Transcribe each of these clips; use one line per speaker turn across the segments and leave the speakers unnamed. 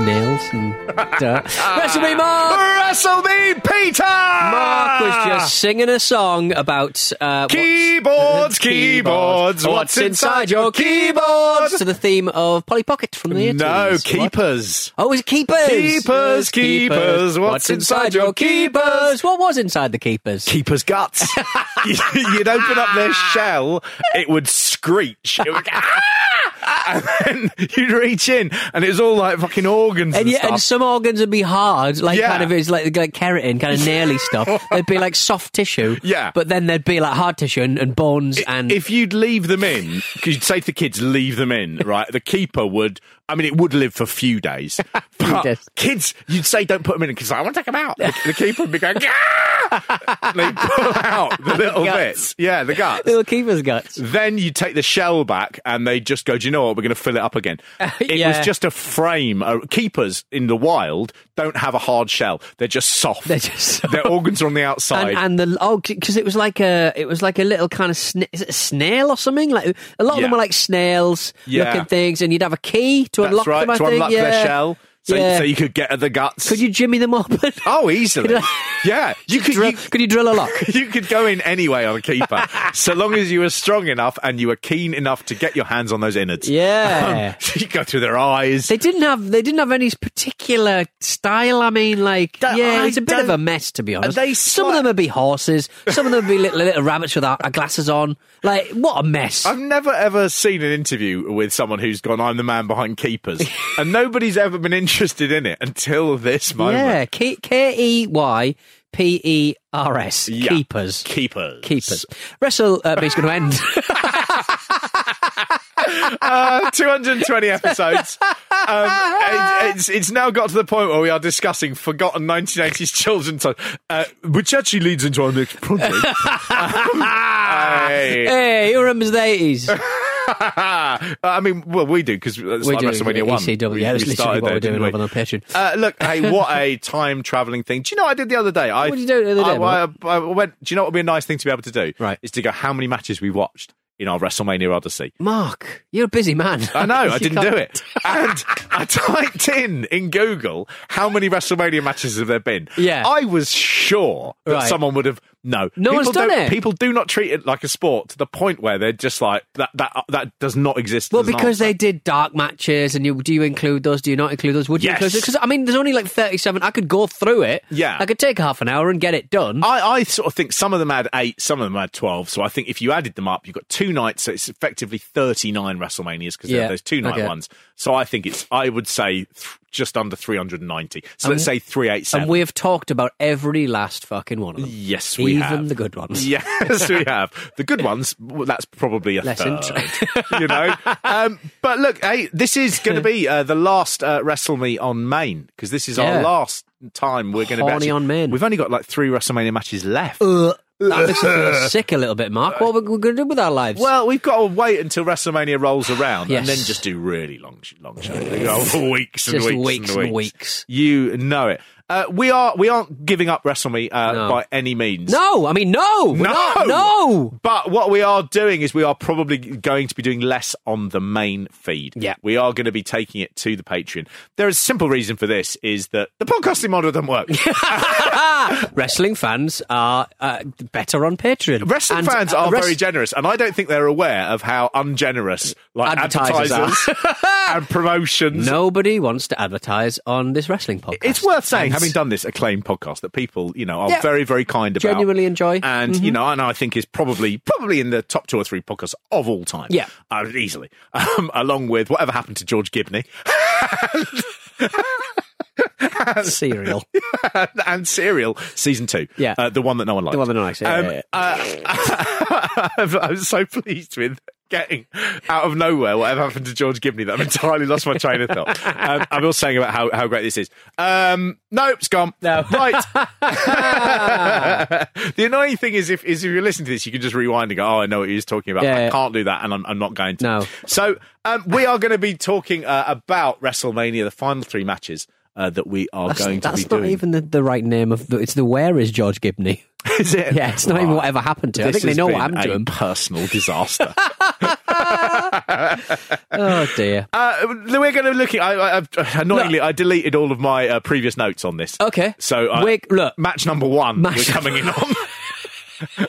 Nails and dirt. WrestleMe Mark!
Wrestle me, Peter!
Mark was just singing a song about uh, what's-
Keyboards, keyboards, what's inside your keyboard?
To the theme of Polly Pocket from the 80s.
No,
What?
keepers.
Oh, is it keepers?
Keepers,
Yes,
keepers, what's inside your keepers?
What was inside the keepers?
Keeper's guts. You'd open up their shell, it would screech. It would, "Ah!" and then you'd reach in, and it was all like fucking organs and,
and, yeah,
stuff.
and some organs would be hard, like
Yeah.
kind of it's like like keratin, kind of naily stuff. They'd be like soft tissue,
Yeah.
But then there'd be like hard tissue and, and bones and
if you'd leave them in, because you'd say to the kids, leave them in, right? The keeper would, I mean, it would live for a few days. But
days.
kids, you'd say, don't put them in, because I want to take them out. The, the keeper would be going, "Ah!" And they'd pull out the little
guts.
bits. Yeah, the guts.
little keepers guts.
Then you take the shell back, and they just go, "Do you know what? We're going to fill it up again." It was
Yeah.
just a frame. Uh, keepers in the wild don't have a hard shell; they're just soft.
They're just
Their organs are on the outside.
And, and the oh, because it was like a it was like a little kind of sna- is it a snail or something. Like a lot of them
Yeah.
were like snails
Yeah.
looking things, and you'd have a key to
That's
unlock
right
them. I
to
think.
unlock
yeah.
their shell, so,
yeah.
so you could get at the guts.
could you jimmy them up?
Oh, easily. yeah, you could.
drill,
You, Um,
could you drill a lock?
you could go in anyway on a keeper, so long as you were strong enough and you were keen enough to get your hands on those innards. Um,
Yeah.
you go through their eyes.
They didn't have they didn't have any particular style. I mean, like
Don't-
yeah,
I
it's a bit of a
don't-
mess to be honest.
they
some of
sli-
them would be horses, some of them would be little, little rabbits with our, our glasses on. Like what a mess!
I've never ever seen an interview with someone who's gone, I'm the man behind keepers. and nobody's ever been interested in it until this
yeah,
moment.
K E Y P E R S
Yeah. E
keepers.
Keepers.
Keepers. Wrestle uh, is going to end.
Uh, 220 episodes. Um, it- it's, it's now got to the point where we are discussing forgotten 1980s children's songs, uh, which actually leads into our next project. Um, I-
hey, who remembers the 80s?
I mean, well, we do because that's
We're
like
doing
WrestleMania 1.
ECW.
We,
Yeah, E that's
we
literally
started
what
there,
we're doing
didn't we?
over on Patreon.
Uh, look, hey, what a time traveling thing. Do you know what I did the other day? I,
What did you do the other day,
I- I, I went. Do you know what would be a nice thing to be able to do?
Right.
Is to go how many matches we watched in our WrestleMania Odyssey.
Mark, you're a busy man.
I know, I
You
didn't
can't-
do it. And I typed in in Google how many WrestleMania matches have there been.
Yeah.
I was sure that
Right.
someone would have. No,
No one's
People
done
don't-
it.
People do not treat it like a sport to the point where they're just like that. That that does not exist.
Well,
as an
because
answer.
they did dark matches, and you do you include those? Do you not include those? Would you
Yes.
include Because I mean, there's only like 37. I could go through it.
Yeah. Oh,
I could take half an hour and get it done.
I, I sort of think some of them had eight, some of them had 12. So I think if you added them up, you've got two nights. So it's effectively 39 WrestleManias because there
Yeah,
are those two night
okay.
ones. So I think it's, I would say th- just under 390. So let's say
and
387.
we have talked about every last fucking one of them.
yes, we
even
have.
the good ones.
Yes, we have. The good ones, well, that's probably a
Less
third, you know. Um, but look, hey, this is going to be uh, the last uh, Wrestle Me on Main because this is
Yeah.
our last time we're going to be
Horny
actually-
on Main.
We've only got like three WrestleMania matches left.
That makes me feel sick a little bit, Mark. What are we going to do with our lives?
Well, we've got to wait until WrestleMania rolls around
Yes.
and then just do really long, sh- long shows. They go on for weeks and
Just
weeks,
weeks
and
and
weeks.
weeks.
You know it. uh, we are we aren't giving up WrestleMe uh,
No.
by any means.
No, I mean no, we're not. no.
But what we are doing is we are probably going to be doing less on the main feed.
Yeah.
We are going to be taking it to the Patreon. There is a simple reason for this is that the podcasting model doesn't work.
Wrestling fans are uh, better on Patreon.
Wrestling
And,
fans
uh,
are
wrest-
very generous, and I don't think they're aware of how ungenerous like
Advertisers
advertisers,
are.
and promotions.
Nobody wants to advertise on this wrestling podcast.
It's worth saying,
Thanks.
having done this acclaimed podcast, that people, you know, are
Yeah.
very, very kind about,
Genuinely enjoy. Mm-hmm.
and you know, and I think is probably probably in the top two or three podcasts of all time.
Yeah.
uh, easily, um, along with whatever happened to George Gibney
serial.
and Serial season two.
Yeah.
uh, the one that no one liked.
The one that no one likes, yeah,
Um,
yeah, yeah.
uh, I was so pleased with. Getting out of nowhere, whatever happened to George Gibney? That I've entirely lost my train of thought. Um, I'm all saying about how, how great this is. Um, no, it's gone.
No.
right. the annoying thing is if is if you're listening to this, you can just rewind and go, "Oh, I know what he was talking about."
Yeah,
I
yeah.
can't do that, and I'm, I'm not going to.
No.
So um, we are going to be talking uh, about WrestleMania, the final three matches uh, that we are
That's,
going to
that's
be
not
doing.
even the, the right name of the, it's the where is George Gibney?
is it?
Yeah, it's not even whatever happened to. it. I
This
think they
has
know what
been
happened to
a
him.
Personal disaster.
Oh dear.
uh, we're going to look at. I, I, I've- uh, annoyingly, I deleted all of my uh, previous notes on this.
Okay.
So uh,
Wig- look.
match number one.
Match
we're coming in on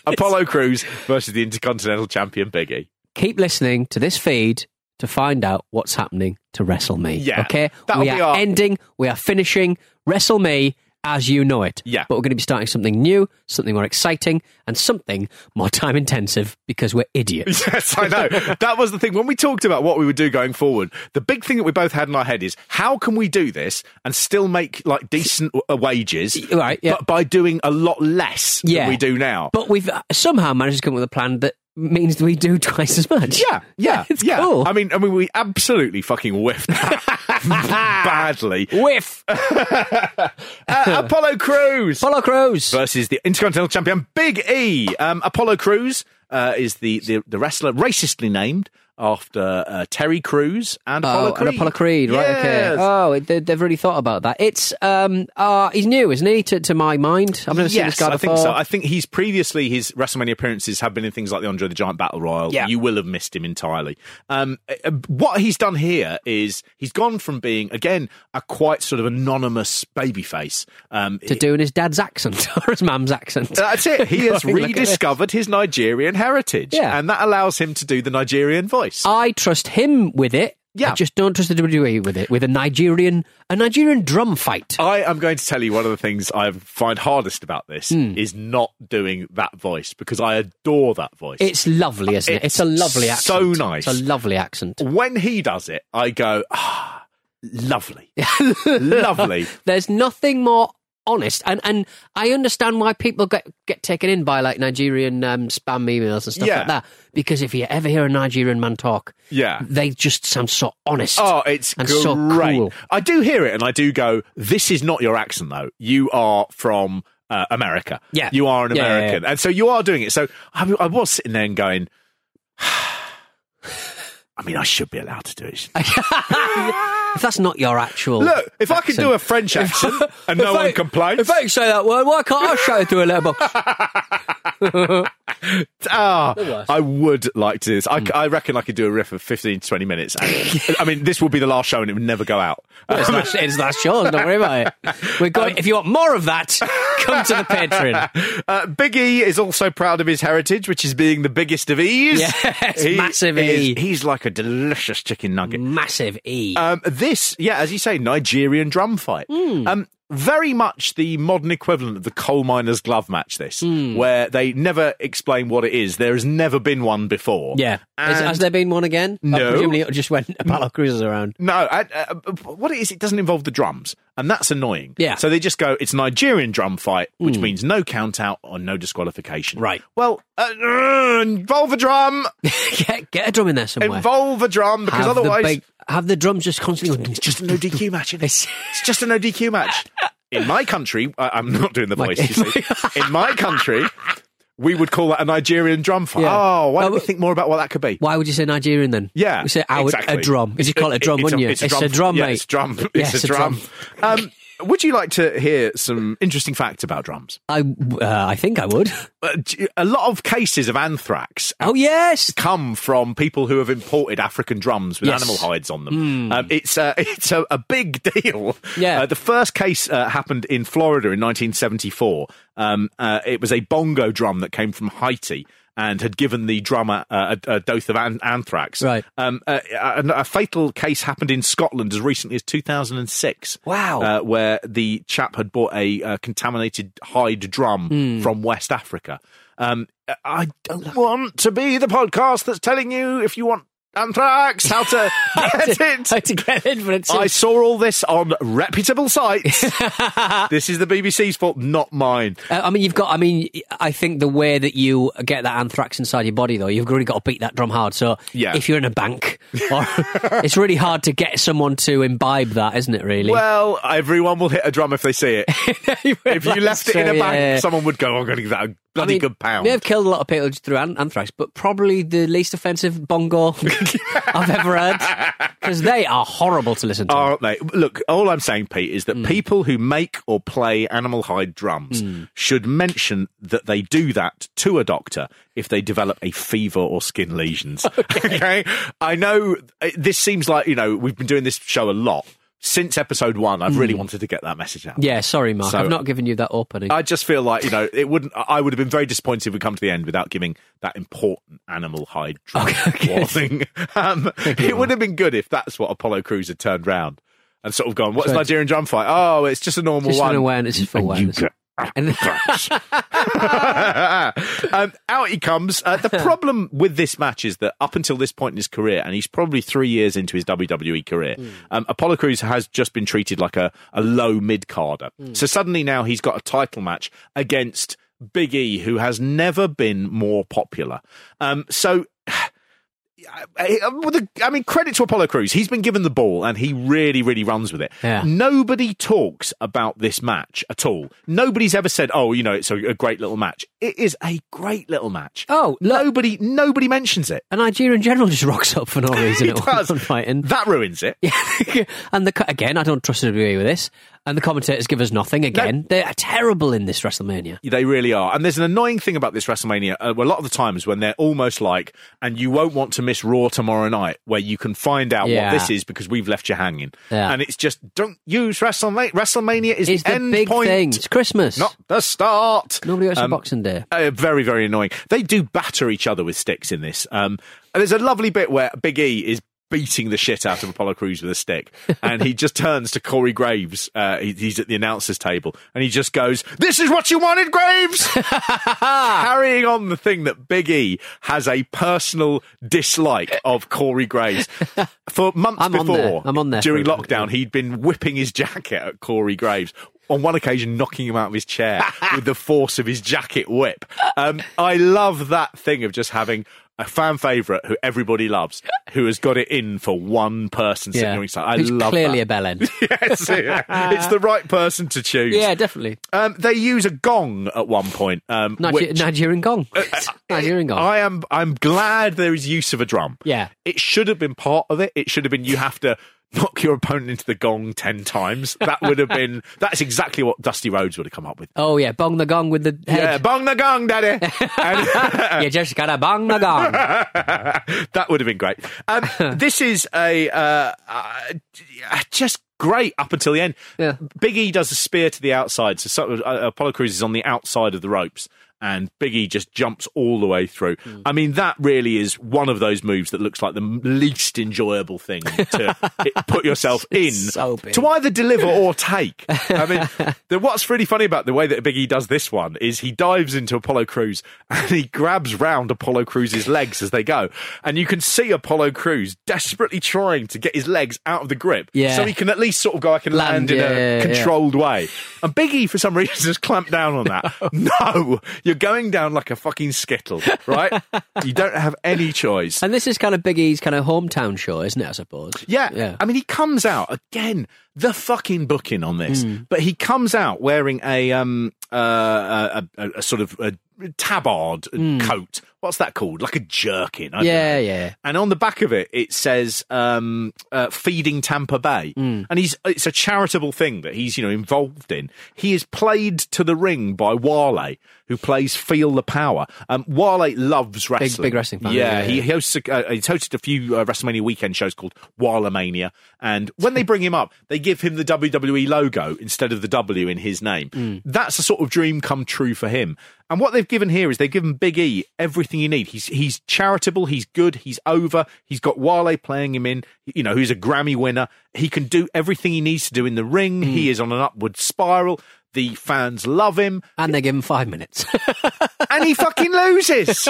Apollo Crews versus the Intercontinental Champion Big E.
Keep listening to this feed to find out what's happening to WrestleMe.
Yeah,
Okay.
that'll
We
be
are
our-
ending. We are finishing WrestleMe as you know it.
Yeah.
But we're going to be starting something new, something more exciting, and something more time intensive because we're idiots.
Yes, I know. That was the thing. When we talked about what we would do going forward, the big thing that we both had in our head is how can we do this and still make like decent uh, wages,
Right, yeah.
But by doing a lot less than we do now.
But we've uh, somehow managed to come up with a plan that means we do twice as much.
yeah, yeah,
it's
yeah.
cool.
I mean, I mean, we absolutely fucking whiffed that badly.
Whiff.
Uh, Apollo Crews
Apollo Crews.
versus the Intercontinental Champion Big E. Um, Apollo Crews uh, is the, the the wrestler, racistly named after uh, Terry Crews and Apollo
Oh,
Creed.
and Apollo Creed, right?
Yes.
Okay. Oh, they, they've really thought about that. It's um, uh, he's new, isn't he? To, to my mind, I've never seen this guy
I
before.
think so. I think he's previously his WrestleMania appearances have been in things like the Andre the Giant Battle Royal.
Yeah.
You will have missed him entirely. Um, uh, what he's done here is he's gone from being again a quite sort of anonymous babyface um,
to doing his dad's accent or his mum's accent.
That's it. He has
Going, "Look at this."
rediscovered his Nigerian heritage,
Yeah. Uh,
and that allows him to do the Nigerian voice.
I trust him with it.
Yeah.
I just don't trust the WWE with it. With a Nigerian, a Nigerian drum fight.
I am going to tell you one of the things I find hardest about this
Hmm.
is not doing that voice because I adore that voice.
It's lovely, isn't it?
It's
It's a lovely accent.
so nice.
It's a lovely accent.
when he does it, I go, ah, lovely, lovely.
There's nothing more honest, and and I understand why people get get taken in by like Nigerian um, spam emails and stuff
Yeah.
like that. Because if you ever hear a Nigerian man talk,
Yeah.
they just sound so honest.
Oh, it's
and
great.
so cool.
I do hear it and I do go, this is not your accent, though. You are from uh, America.
Yeah.
You are an
Yeah, yeah, yeah.
American. And so you are doing it. So I, I was sitting there and going, I mean, I should be allowed to do it. shouldn't I?
If that's not your actual
Look, if I could do a French accent and no
If I-
one complains,
If they say that word, why can't I shout it through a letterbox?
ah,
worst.
I would like to do this. I,
Mm.
I reckon I could do a riff of 15 to 20 minutes. And, I mean, this will be the last show and it would never go out.
It's last, it's last yours. Don't worry about it. We're going. if you want more of that, come to the Patreon.
Uh, Big E is also proud of his heritage, which is being the biggest of E's.
Yes, massive E.
is- he's like a delicious chicken nugget.
Massive E.
Um, this, yeah, as you say, Nigerian drum fight.
Mm.
Um, very much the modern equivalent of the coal miner's glove match, this,
Mm.
where they never explain what it is. There has never been one before.
yeah. Is-
And-
has there been one again? I
No.
presumably it just went Apollo Cruises around.
No, I, uh, what it is, it doesn't involve the drums, and that's annoying.
Yeah. Hmm.
So they just go, it's Nigerian drum fight, which means no count out or no disqualification.
Right.
Well, uh, involve a drum,
get, get a drum in there somewhere.
involve a drum, because
Have the
otherwise
big- have the drums just constantly going.
it's just an ODQ match. Isn't it? It's just an ODQ match. In my country, I, I'm not doing the voice. you see. In my country, we would call that a Nigerian drum fight.
Yeah.
Oh, why don't
Oh,
we
but-
think more about what that could be?
Why would you say Nigerian then?
Yeah,
we say I would-
exactly.
a drum. You just call it a drum,
it's
wouldn't you?
It's a drum,
mate.
Yeah, it's a drum.
Yeah,
It's a drum. Um, would you like to hear some interesting facts about drums?
I uh, I think I would.
Uh, d- a lot of cases of anthrax
Oh yes.
come from people who have imported African drums with
Yes. Hmm.
animal hides on them. Um, it's uh, it's a, a big deal.
Yeah.
Uh, the first case uh, happened in Florida in 1974. Um, uh, it was a bongo drum that came from Haiti. And had given the drummer uh, a, a dose of an- anthrax.
Right.
Um, a, a, a fatal case happened in Scotland as recently as 2006.
Wow.
Uh, where the chap had bought a uh, contaminated hide drum
Hmm.
from West Africa. Um, I don't want to be the podcast that's telling you if you want anthrax how to get it.
I had to get in, but it's
I saw all this on reputable sites. this is the BBC's fault, not mine.
Uh, I mean, you've got. I mean, I think the way that you get that anthrax inside your body, though, you've really got to beat that drum hard. So,
Yeah.
if you're in a bank, or, it's really hard to get someone to imbibe that, isn't it? Really.
Well, everyone will hit a drum if they see it. If you left it in a
So,
bank,
yeah.
someone would go, "Oh, I'm going to give that a
I
bloody
uh, mean,
good pound.
May have killed a lot of people through an- anthrax, but probably the least offensive bongo I've ever heard because they are horrible to listen to.
aren't they? Oh, Look, all I'm saying, Pete, is that people who make or play animal hide drums should mention that they do that to a doctor if they develop a fever or skin lesions. Okay. I know uh, this seems like, you know, we've been doing this show a lot. Since episode one, I've really wanted to get that message out.
yeah, sorry, Mark,
So-
I've not given you that opening.
I just feel like, you know, it wouldn't, I would have been very disappointed if we come to the end without giving that important animal hide drum
Okay, okay.
warning. Um, it would have been good if that's what Apollo Crews had turned round and sort of gone, what's
So-
Nigerian drum fight? Oh, it's just a normal
just
one.
an awareness just for
And you
awareness.
get
And-
um, out he comes. Uh, the problem with this match is that up until this point in his career, and he's probably three years into his WWE career,
Hmm.
um, Apollo Crews has just been treated like a, a low mid carder.
Hmm.
So suddenly now he's got a title match against Big E, who has never been more popular. Um, so. I, I- Uh, with the- I mean, credit to Apollo Crews. He's been given the ball and he really, really runs with it.
Yeah.
Nobody talks about this match at all. Nobody's ever said, "Oh, you know, it's a, a great little match." It is a great little match.
oh, look,
Nobody, nobody mentions it.
a Nigerian general just rocks up for no reason.
He
at one-
does.
one fighting.
That ruins it.
Yeah, and the co- again, I don't trust WWE with this. And the commentators give us nothing again. They are terrible in this WrestleMania.
They really are. And there's an annoying thing about this WrestleMania. Uh, well, a lot of the times when they're almost like, and you won't want to miss Raw tomorrow night, where you can find out
Yeah.
what this is because we've left you hanging.
Yeah.
And it's just don't use WrestleMania. WrestleMania is
It's
the
the
end
big
point.
thing. It's Christmas.
Not the start.
Nobody goes to
Um,
Boxing Day.
Uh, very, very annoying. They do batter each other with sticks in this. Um, and there's a lovely bit where Big E is beating the shit out of Apollo Crews with a stick, and he just turns to Corey Graves. Uh, he, he's at the announcers table, and he just goes, "This is what you wanted, Graves." Carrying on the thing that Big E has a personal dislike of Corey Graves for months
I'm on
before.
there. I'm on there
during
for a-
lockdown. He'd been whipping his jacket at Corey Graves. On one occasion, knocking him out of his chair with the force of his jacket whip. Um, I love that thing of just having a fan favourite who everybody loves, who has got it in for one person sitting on his side. I
Who's
love
clearly a
that.
bell end.
yes, yeah. it's the right person to choose.
yeah, definitely.
Um, they use a gong at one point. Um,
Niger-
which- Uh,
Nigerian gong. Nigerian gong.
I am. I'm glad there is use of a drum.
Yeah.
it should have been part of it. It should have been you have to knock your opponent into the gong ten times. That would have been. That's exactly what Dusty Rhodes would have come up with.
oh yeah, bong the gong with the
Yeah, uh,
head.
bong the gong, daddy. And-
Yeah, you just gotta bong the gong.
that would have been great. Um, this is a uh, uh, just great up until the end.
Yeah.
Big E does a spear to the outside, so, so uh, Apollo Crews is on the outside of the ropes. And Big E just jumps all the way through.
Hmm.
I mean, that really is one of those moves that looks like the m- least enjoyable thing to i- put yourself in
It's so big.
to either deliver or take. I mean, the, what's really funny about the way that Big E does this one is he dives into Apollo Crews and he grabs round Apollo Crews' legs as they go. And you can see Apollo Crews desperately trying to get his legs out of the grip
Yeah.
so he can at least sort of go, I can land,
Land,
in
yeah, yeah,
a
yeah.
controlled way. And Big E, for some reason, has clamped down on that. No. you're going down like a fucking skittle, right? you don't have any choice.
and this is kind of Big E's kind of hometown show, isn't it? I suppose.
Yeah.
Yeah.
I mean, he comes out again. the fucking booking on this.
Hmm.
But he comes out wearing a um uh, a, a, a sort of a tabard coat. What's that called? Like a jerkin. I don't
Hmm. Yeah,
know.
yeah.
And on the back of it, it says um, uh, "Feeding Tampa Bay,"
Hmm.
and he's it's a charitable thing that he's you know involved in. He is played to the ring by Wale, who plays "Feel the Power." Um, Wale loves wrestling,
big wrestling fan,
Yeah,
yeah,
he
yeah.
he hosts a, uh, he's hosted a few uh, WrestleMania weekend shows called Mania, and when they bring him up, they give him the WWE logo instead of the W in his name. That's a sort of dream come true for him. And what they've given here is they've given Big E everything you need. He's he's charitable, he's good, he's over, he's got Wale playing him in, you know, who's a Grammy winner. He can do everything he needs to do in the ring. He is on an upward spiral. The fans love him
And they give him five minutes.
and he fucking loses.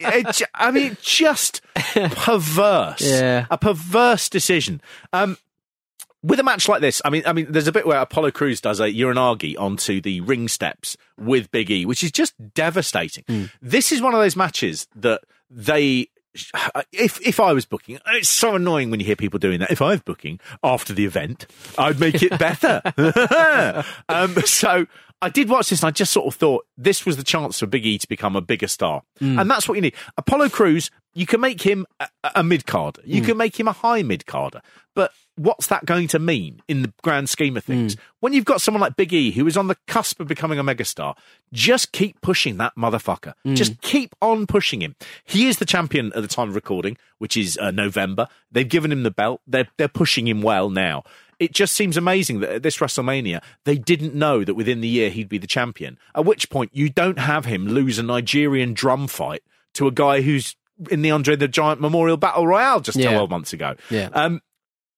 It ju- I mean, just perverse.
Yeah.
A perverse decision. Um, with a match like this, I mean, I mean, there's a bit where Apollo Cruz does a uranagi onto the ring steps with Big E, which is just devastating. This is one of those matches that they. If if I was booking, it's so annoying when you hear people doing that. If I was booking after the event, I'd make it better. um, so I did watch this, and I just sort of thought this was the chance for Big E to become a bigger star, and that's what you need. Apollo Cruz, you can make him a, a mid card, you can make him a high mid carder, but what's that going to mean in the grand scheme of things? When you've got someone like Big E who is on the cusp of becoming a megastar, just keep pushing that motherfucker. Just keep on pushing him. He is the champion at the time of recording, which is uh, November. They've given him the belt. They're they're pushing him well now. It just seems amazing that at this WrestleMania they didn't know that within the year he'd be the champion. At which point you don't have him lose a Nigerian drum fight to a guy who's in the Andre the Giant Memorial Battle Royale just
Yeah.
12 months ago.
Yeah.
Um,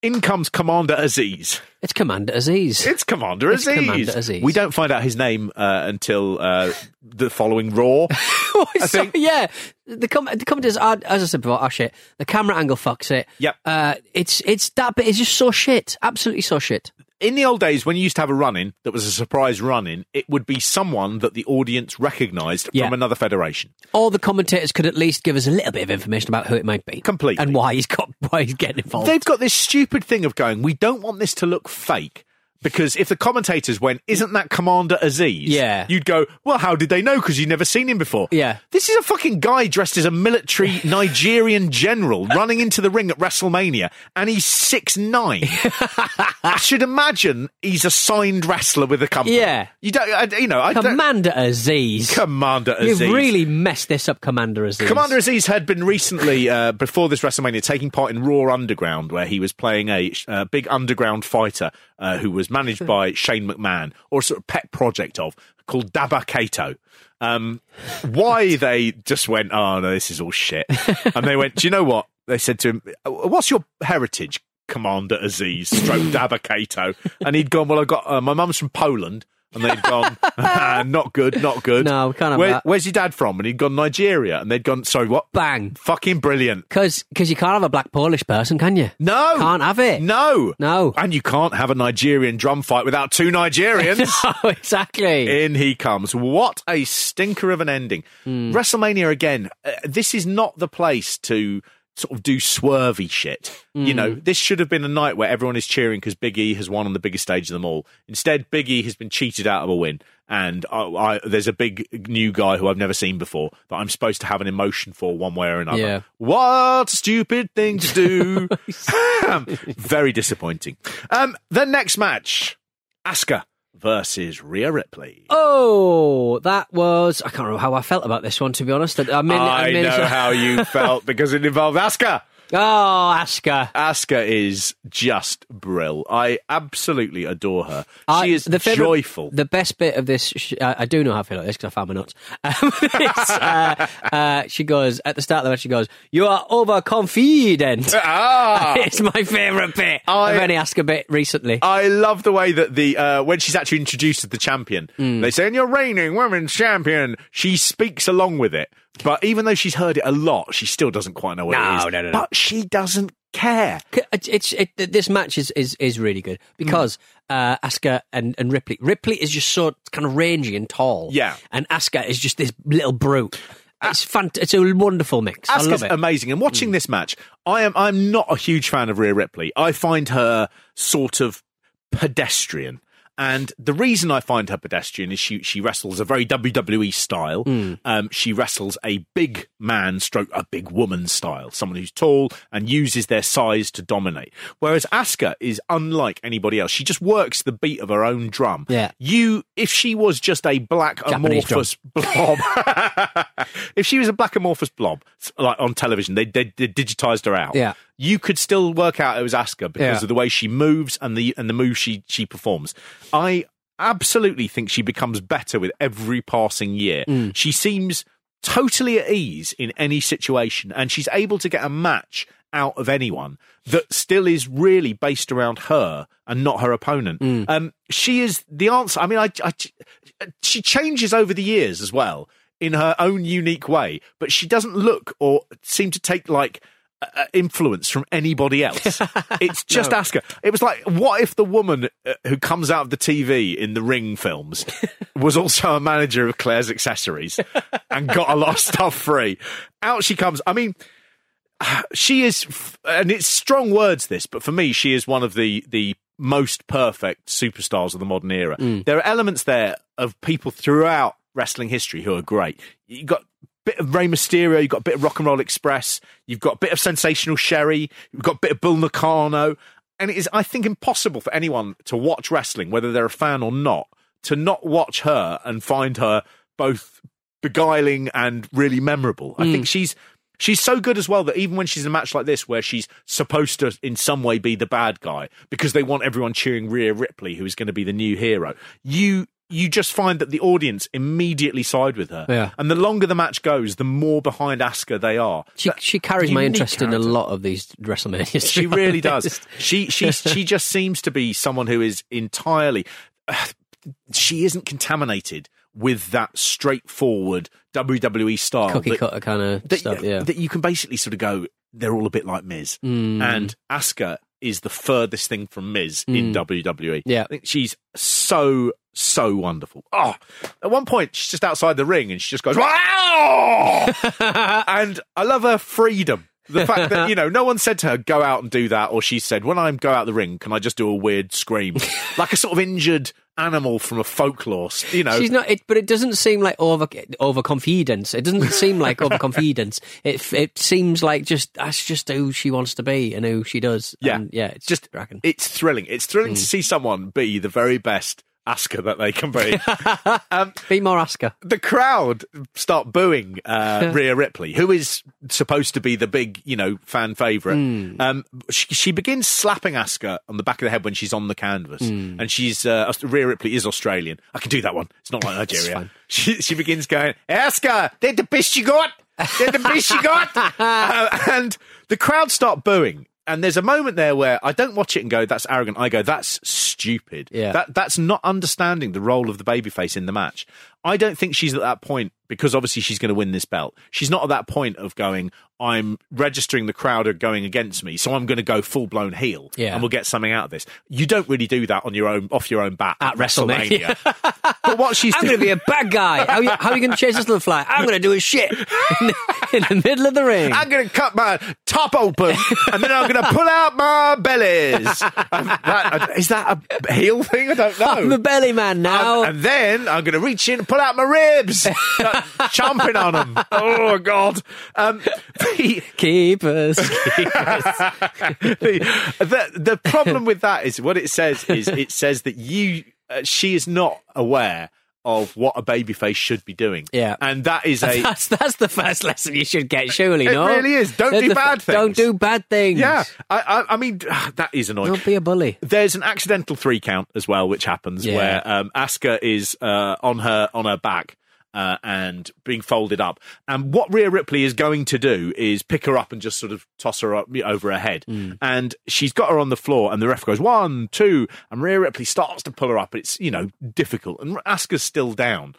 in comes Commander Aziz.
it's Commander Aziz.
It's Commander
It's
Aziz.
Commander Aziz.
We don't find out his name uh, until uh, the following Raw.
Oh,
I
so-
think-
yeah, the com- the commenters are, as I said before, are shit. The camera angle fucks it.
Yep.
Uh, it's it's that bit is just so shit. Absolutely so shit.
in the old days, when you used to have a run in that was a surprise run in, it would be someone that the audience recognised
Yeah.
from another federation.
All the commentators could at least give us a little bit of information about who it might be,
Completely.
and why he's got why he's getting involved.
They've got this stupid thing of going, we don't want this to look fake. Because if the commentators went, isn't that Commander Aziz?
Yeah.
You'd go, well, how did they know? Because you've never seen him before.
Yeah.
This is a fucking guy dressed as a military Nigerian general running into the ring at WrestleMania, and he's 6'9. I should imagine he's a signed wrestler with a company.
Yeah.
You don't, I, you know, I don't.
Commander Aziz.
Commander Aziz.
You've really messed this up, Commander Aziz.
Commander Aziz had been recently, uh, before this WrestleMania, taking part in Raw Underground, where he was playing a uh, big underground fighter uh, who was
Hmm.
managed by Shane McMahon, or a sort of pet project of, called Dabba Kato. Um, why they just went, oh no, this is all shit. And they went, do you know what? They said to him, "Uh, what's your heritage, Commander Aziz, stroke Dabba Kato? And he'd gone, well, I got, uh, my mum's from Poland. And they'd gone, "Ah, not good, not good.
No, we can't have
Where-
that.
where's your dad from? And he'd gone Nigeria, and they'd gone, sorry, what?
Bang.
Fucking brilliant.
Because you can't have a black Polish person, can you?
No,
Can't have it.
No,
No.
and you can't have a Nigerian drum fight without two Nigerians.
No, exactly.
In he comes. What a stinker of an ending. WrestleMania again. Uh, this is not the place to sort of do swervy shit. You know, this should have been a night where everyone is cheering because Big E has won on the biggest stage of them all. Instead, Big E has been cheated out of a win. And I, I, there's a big new guy who I've never seen before that I'm supposed to have an emotion for one way or another.
Yeah.
What a stupid thing to do. Um, Very disappointing. Um, the next match Asuka versus Rhea Ripley.
Oh, that was. I can't remember how I felt about this one, to be honest. I mean,
I
mean-
know how you felt because it involved Asuka.
Oh, Asuka.
Asuka is just brill. I absolutely adore her. She
I-
is
favourite-
joyful.
The best bit of this, sh I, I do know how I feel like this because I found my notes. Um, it's, uh, uh, she goes at the start of the match. She goes, "You are overconfident."
ah!
it's my favourite bit
I-
of any Asuka bit recently.
I love the way that the uh, when she's actually introduced as the champion,
Mm.
they say, "And you're reigning women's champion." She speaks along with it, but even though she's heard it a lot, she still doesn't quite know what
No,
it is.
no, no, no.
But she doesn't care.
C- uh, It's it, th- this match is, is, is really good because uh, Asuka and, and Ripley. Ripley is just so kind of rangy and tall.
Yeah.
and Asuka is just this little brute. It's fant- It's a wonderful mix. I
Asuka's
love it. Mm.
amazing. And watching this match, I am I'm not a huge fan of Rhea Ripley. I find her sort of pedestrian. And the reason I find her pedestrian is she she wrestles a very WWE style.
Mm.
Um, she wrestles a big man stroke a big woman style, someone who's tall and uses their size to dominate. Whereas Asuka is unlike anybody else. She just works the beat of her own drum.
Yeah.
You, if she was just a black
Japanese drum.
amorphous blob, if she was a black amorphous blob, like on television, they they, they digitized her out.
Yeah.
You could still work out it was Asuka because
Yeah.
of the way she moves and the and the move she she performs. I absolutely think she becomes better with every passing year.
Mm.
She seems totally at ease in any situation and she's able to get a match out of anyone that still is really based around her and not her opponent.
Mm.
Um she is the answer. I mean I, I she changes over the years as well in her own unique way, but she doesn't look or seem to take like uh, influence from anybody else. it's just Asuka. It was like, what if the woman uh, who comes out of the TV in the Ring films was also a manager of Claire's accessories and got a lot of stuff free? Out she comes. I mean, she is, f- and it's strong words this, but for me, she is one of the the most perfect superstars of the modern era. There are elements there of people throughout wrestling history who are great. You got. a Bit of Rey Mysterio, you've got a bit of Rock and Roll Express, you've got a bit of Sensational Sherry, you've got a bit of Bill Nakano, and it is, I think, impossible for anyone to watch wrestling, whether they're a fan or not, to not watch her and find her both beguiling and really memorable. I think she's she's so good as well that even when she's in a match like this, where she's supposed to in some way be the bad guy because they want everyone cheering Rhea Ripley, who is going to be the new hero, you. You just find that the audience immediately side with her,
Yeah.
and the longer the match goes, the more behind Asuka they are.
She,
That
she carries my
unique
interest in a
character.
lot of these WrestleManias. to
She
be
really does.
honest.
She she she just seems to be someone who is entirely. She isn't contaminated with that straightforward WWE style.
Cookie
that-
cutter kind of
Oh, that,
stuff, yeah. Mm.
that you can basically sort of go, they're all a bit like Miz. And Asuka is the furthest thing from Miz in WWE.
Mm. Yeah.
I think she's so, so wonderful. Oh, at one point, she's just outside the ring and she just goes, wow! and I love her freedom. The fact that, you know, no one said to her, go out and do that. Or she said, when I go out the ring, can I just do a weird scream? like a sort of injured animal from a folklore, you know.
She's not, it, but it doesn't seem like over overconfidence. It doesn't seem like overconfidence. It it seems like just that's just who she wants to be and who she does.
Yeah.
and yeah. It's Mm.
just
just cracking.
It's thrilling. It's thrilling to see someone be the very best asker that they can be.
be more Asker.
the crowd start booing uh, Rhea Ripley, who is supposed to be the big, you know, fan favorite.
Hmm.
Um, she, she begins slapping Asuka on the back of the head when she's on the canvas,
Hmm.
and she's uh, Rhea Ripley is Australian. I can do that one. It's not like Nigeria.
fine.
she, she begins going, Asuka, they're the best you got. They're the best you got. Uh, and the crowd start booing. And there's a moment there where I don't watch it and go, that's arrogant. I go, that's stupid.
Yeah.
That that's not understanding the role of the babyface in the match. I don't think she's at that point because obviously she's going to win this belt. She's not at that point of going, I'm registering the crowd are going against me, so I'm going to go full blown heel,
Yeah.
and we'll get something out of this. You don't really do that on your own, off your own bat
At WrestleMania.
WrestleMania. but what she's
I'm
doing,
going to be a bad guy. How you, how you going to chase this little fly? I'm going to do his shit in the, in the middle of the ring.
I'm going to cut my top open and then I'm going to pull out my bellies. Um, that- is that a heel thing? I don't know.
I'm a belly man now.
And, and then I'm going to reach in and pull out my ribs, uh, chomping on them. Oh God! Um, the,
Keepers.
the, the the problem with that is what it says is it says that you uh, she is not aware of what a babyface should be doing.
Yeah.
and that is a
That's that's the first lesson you should get, surely.
It
no,
really is. Don't
That's
do
the fir-
bad things.
Don't do bad things.
yeah. I, I I mean that is annoying.
Don't be a bully.
There's an accidental three count as well, which happens
Yeah.
where um, Asuka is uh, on her on her back uh, and being folded up. And what Rhea Ripley is going to do is pick her up and just sort of toss her up over her head. And she's got her on the floor, and the ref goes one, two, and Rhea Ripley starts to pull her up. It's you know difficult, and Asuka's still down.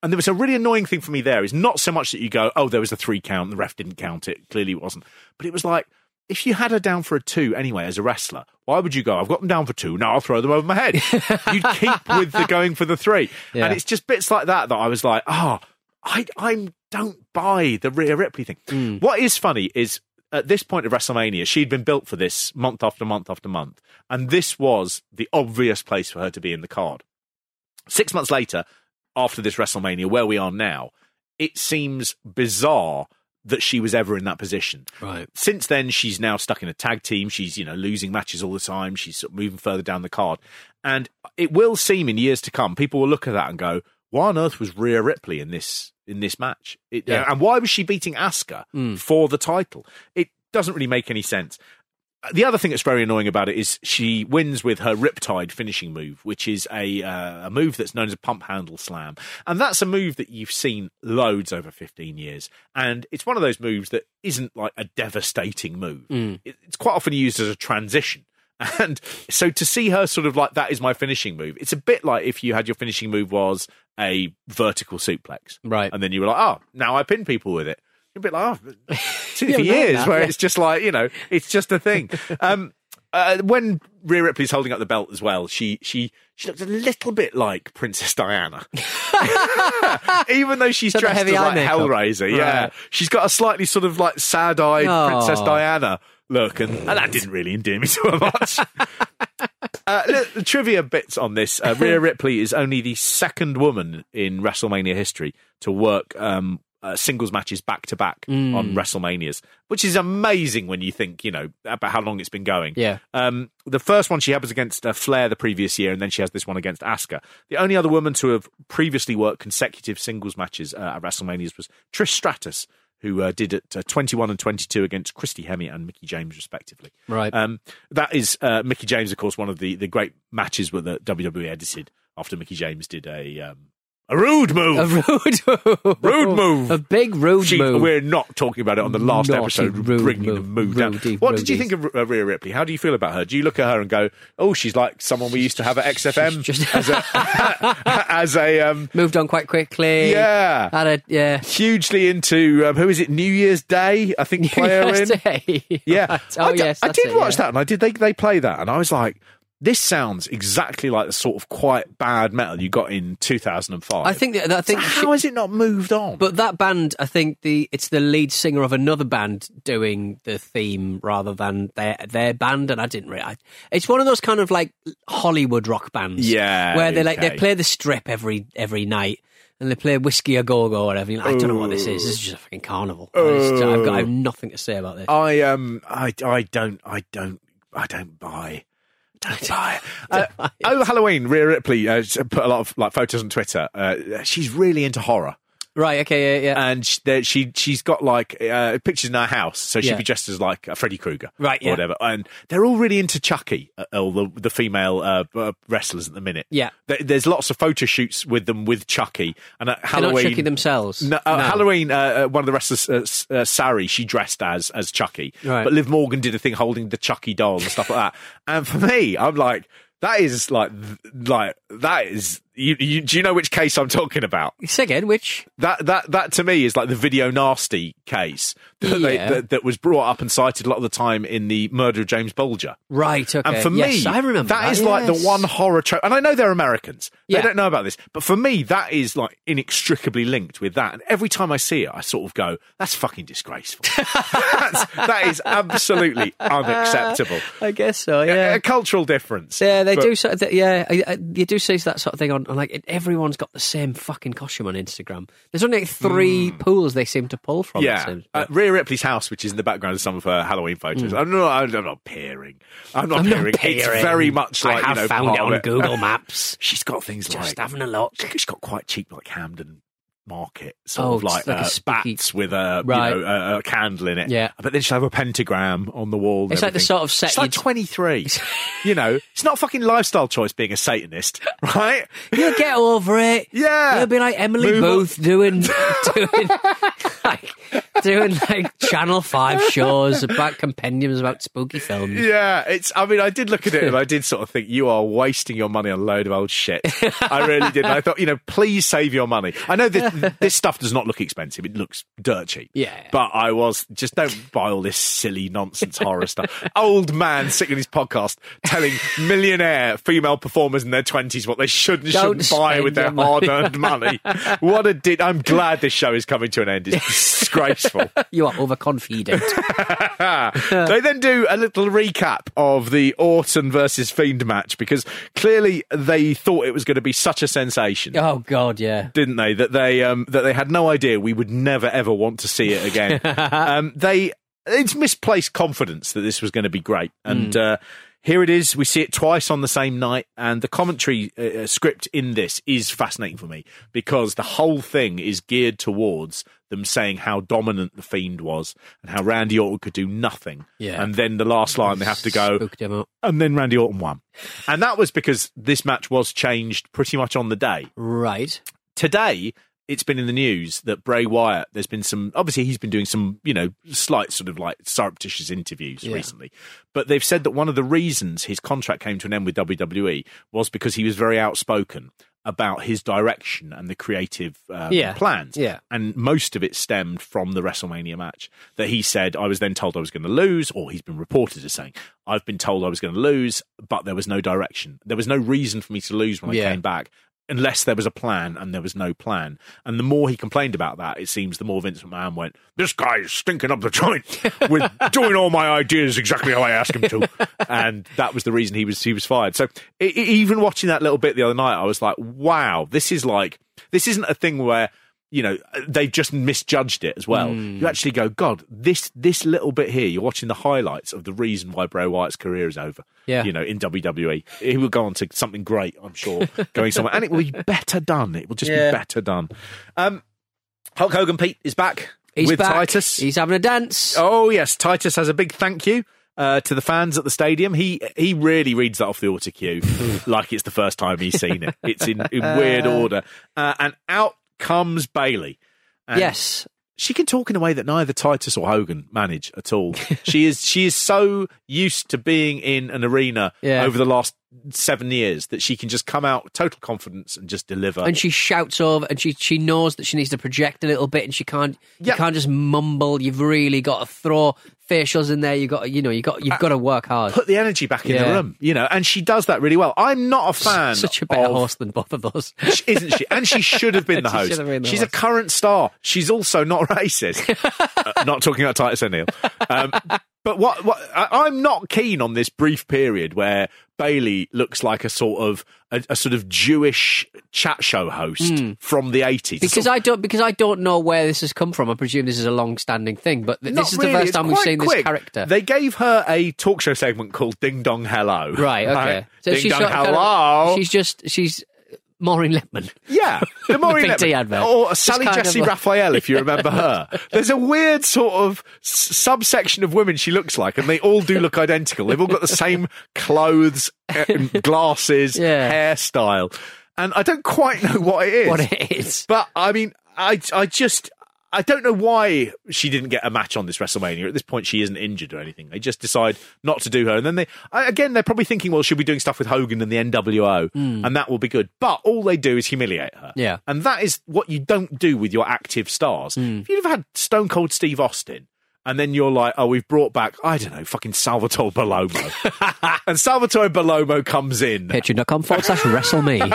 And there was a really annoying thing for me there is not so much that you go, oh, there was a three count, the ref didn't count it, clearly it wasn't. But it was like, if you had her down for a two anyway as a wrestler, why would you go, I've got them down for two, now I'll throw them over my head? You'd keep with the going for the three.
Yeah.
And it's just bits like that that I was like, ah, I, I don't buy the Rhea Ripley thing. What is funny is at this point of WrestleMania, she'd been built for this month after month after month, and this was the obvious place for her to be in the card. Six months later, after this WrestleMania, where we are now, it seems bizarre that she was ever in that position.
Right.
Since then, she's now stuck in a tag team. She's, you know, losing matches all the time. She's sort of moving further down the card. And it will seem in years to come, people will look at that and go, why on earth was Rhea Ripley in this in this match? It,
Yeah. Mm.
And why was she beating Asuka for the title? It doesn't really make any sense. The other thing that's very annoying about it is she wins with her Riptide finishing move, which is a uh, a move that's known as a pump handle slam, and that's a move that you've seen loads over 15 years, and it's one of those moves that isn't like a devastating move. It- It's quite often used as a transition. And so to see her sort of like that is my finishing move. It's a bit like if you had your finishing move was a vertical suplex,
Right.
And then you were like, oh, now I pin people with it. You're a bit like, oh, seen it for
Yeah, I know
years,
that,
where
yeah.
it's just like you know, it's just a thing. um, uh, when Rhea Ripley's holding up the belt as well, she she she looks a little bit like Princess Diana, even though she's
She's got the
dressed as
heavy eye
like
makeup.
Hellraiser. Yeah,
Right.
she's got a slightly sort of like sad-eyed Princess
Aw.
Diana look, and, and that didn't really endear me to her much. Uh, li- the trivia bits on this. Uh, Rhea Ripley is only the second woman in WrestleMania history to work um, uh, singles matches back to back on WrestleManias, which is amazing when you think, you know, about how long it's been going.
Yeah.
Um, the first one she had was against uh, Flair the previous year, and then she has this one against Asuka. The only other woman to have previously worked consecutive singles matches uh, at WrestleManias was Trish Stratus, who uh, did it uh, 21 and 22 against Christy Hemme and Mickey James, respectively.
Right.
Um, that is uh, Mickey James, of course, one of the, the great matches with- that WWE edited after Mickey James did a um, a rude move.
A rude,
Rude move.
A big rude
She-
move.
We're not talking about it on the last
Naughty,
episode,
rude
bringing the
move.
mood down.
Rudey,
what did you
rudies.
think of uh, Rhea Ripley? How do you feel about her? Do you look at her and go, "Oh, she's like someone we used to have at XFM
She's just-
as a as a um,
Moved on quite quickly.
Yeah.
Had a yeah.
hugely into um, who is it? New Year's Day, I think. Player in
Day.
Yeah,
Right. Oh
I, d-
yes.
I
that's
did
it,
watch
yeah.
that, and I did. They they play that, and I was like, "This sounds exactly like the sort of quiet bad metal you got in 2005."
I think that I
So
think she-
how has it not moved on?
But that band, I think the it's the lead singer of another band doing the theme rather than their their band, and I didn't really. I, it's one of those kind of like Hollywood rock bands,
Yeah,
where they like they
okay.
play the strip every every night, and they play Whiskey a Go Go or whatever. You're like, I don't know what this is. This is just a fucking carnival. I just- I've got I have nothing to say about this.
I um I I don't I don't I don't buy. Don't buy. Uh, oh, Halloween. Rhea Ripley uh, she put a lot of like photos on Twitter. Uh, she's really into horror,
Right? Okay. Yeah. yeah.
and she, there- she she's got like uh, pictures in her house, so she'd
Yeah.
be dressed as like a Freddy Krueger,
Right,
Or
yeah.
whatever. And they're all really into Chucky, uh, all the the female uh, uh, wrestlers at the minute.
Yeah.
There- there's lots of photo shoots with them with Chucky, and at
They're
Halloween
not tricky themselves.
no, uh, Halloween. Uh, uh, one of the wrestlers, uh, S- uh, Sari, she dressed as as Chucky,
Right.
but Liv Morgan did a thing holding the Chucky doll and stuff like that. And for me, I'm like, that is like, th- like that is. You, you, do you know which case I'm talking about?
Say again, which
That that that to me is like the video nasty case that, they,
Yeah.
that, that was brought up and cited a lot of the time in the murder of James Bulger.
right? Okay.
And for
yes,
me,
I remember that,
that is like the
yes.
one horror trope. And I know they're Americans; they
Yeah.
don't know about this. But for me, that is like inextricably linked with that. And every time I see it, I sort of go, "That's fucking disgraceful. That's, that is absolutely unacceptable."
I guess so.
A-
Yeah.
A cultural difference.
Yeah, they
But-
do. Sort of, th- yeah, I, I, you do see that sort of thing on, on like it- everyone's got the same fucking costume on Instagram. There's only like three pools they seem to pull from. it
Hmm. Yeah,
seems.
uh, Rhea Ripley's house, which is in the background of some of her Halloween photos. I'm not. I'm not peering. I'm not,
Hmm. I'm
peering.
not peering.
It's very much like
I have
you know,
found
part
it
of
on Google Maps.
She's got things
Just
like
having a look.
She's got quite cheap, like Camden Market, sort
Oh,
of like,
it's like a
uh,
spooky-
bats with a
Right.
you know a, a candle in it.
Yeah.
but then she'll have a pentagram on the wall. and
It's like the
everything.
sort of set
It's like
you'd-
twenty three. you know, it's not a fucking lifestyle choice being a Satanist, right?
You'll get over it.
Yeah.
you'll be like Emily
Move on.
Booth doing doing like doing like Channel Five shows about compendiums about spooky films.
Yeah, it's. I mean, I did look at it and I did sort of think you are wasting your money on a load of old shit. I really did. And I thought, you know, please save your money. I know that this stuff does not look expensive; it looks dirt cheap.
Yeah.
but I was just don't buy all this silly nonsense horror stuff. Old man sitting on his podcast telling millionaire female performers in their twenties what they should and
Don't
shouldn't buy
spend
with their
your money.
hard-earned money. What a did! I'm glad this show is coming to an end. It's disgraceful. successful.
You are overconfident.
they then do a little recap of the Orton versus Fiend match because clearly they thought it was going to be such a sensation.
oh God, yeah.
didn't they? That they um, that they had no idea we would never ever want to see it again. um, they it's misplaced confidence that this was going to be great, and uh, here it is. We see it twice on the same night, and the commentary uh, uh, script in this is fascinating for me because the whole thing is geared towards them saying how dominant the fiend was and how Randy Orton could do nothing.
Yeah.
and then the last line they have to go
Spooked him up.
and then Randy Orton won. And that was because this match was changed pretty much on the day
Right.
today it's been in the news that Bray Wyatt, there's been some, obviously he's been doing some, you know, slight sort of like surreptitious interviews
Yeah.
recently. But they've said that one of the reasons his contract came to an end with WWE was because he was very outspoken about his direction and the creative um,
Yeah.
plans.
Yeah.
And most of it stemmed from the WrestleMania match that he said, I was then told I was going to lose, or he's been reported as saying, I've been told I was going to lose, but there was no direction. There was no reason for me to lose when I
Yeah.
came back unless there was a plan and there was no plan. And the more he complained about that, it seems the more Vince McMahon went, This guy is stinking up the joint with doing all my ideas exactly how I ask him to. and that was the reason he was he was fired. So e- e- even watching that little bit the other night, I was like, wow, this is like this isn't a thing where you know they've just misjudged it as well. You actually go, God, this this little bit here. You're watching the highlights of the reason why Bray Wyatt's career is over.
Yeah.
you know, in WWE, he will go on to something great. I'm sure going somewhere, and it will be better done. It will just
Yeah.
be better done. Um, Hulk Hogan Pete is back
He's
with
back.
Titus.
He's having a dance.
Oh yes, Titus has a big thank you uh, to the fans at the stadium. He he really reads that off the auto cue like it's the first time he's seen it. It's in, in weird order, uh, and out comes Bailey.
yes.
She can talk in a way that neither Titus or Hogan manage at all. she is she is so used to being in an arena
Yeah.
over the last seven years that she can just come out with total confidence and just deliver.
And she shouts over, and she she knows that she needs to project a little bit, and she can't
Yeah.
you can't just mumble. You've really got to throw facials in there. You got to, you know you got you've got to work hard.
Uh, Put the energy back in the
Yeah.
room, you know, and she does that really well. I'm not a fan
Such a better
of
horse than both of us.
She- isn't she? And she should have been the
She
host.
should have been the
She's
host.
a current star. She's also not racist. Uh, not talking about Titus O'Neill. Um, but what, what I, I'm not keen on this brief period where Bailey looks like a sort of a, a sort of Jewish chat show host from the 80s.
Hmm. Because I don't because I don't know where this has come from. I presume this is a long-standing thing, but th-
Not
this is
really,
the first
it's
time we've
quite
seen this
quick.
character.
They gave her a talk show segment called Ding Dong Hello.
right? Okay.
Ding Dong
sort of kind of-
Hello.
she's just she's Maureen Lipman.
Yeah, the Maureen
Big D
Lipman.
advert.
Or
It's
Sally
kind of
Jesse
like-
Raphael, if you remember her. There's a weird sort of s- subsection of women she looks like, and they all do look identical. They've all got the same clothes, eh, glasses,
Yeah.
hairstyle. And I don't quite know what it is.
What it is?
But I mean, I I just I don't know why she didn't get a match on this WrestleMania. At this point, she isn't injured or anything. They just decide not to do her, and then they I- again they're probably thinking, well, she'll be doing stuff with Hogan and the NWO, and that will be good. But all they do is humiliate her.
Yeah.
and that is what you don't do with your active stars. If you'd have had Stone Cold Steve Austin. And then you're like, oh, we've brought back, I don't know, fucking Salvatore Belomo. and Salvatore Belomo comes in.
Patreon.com forward slash wrestle me. if you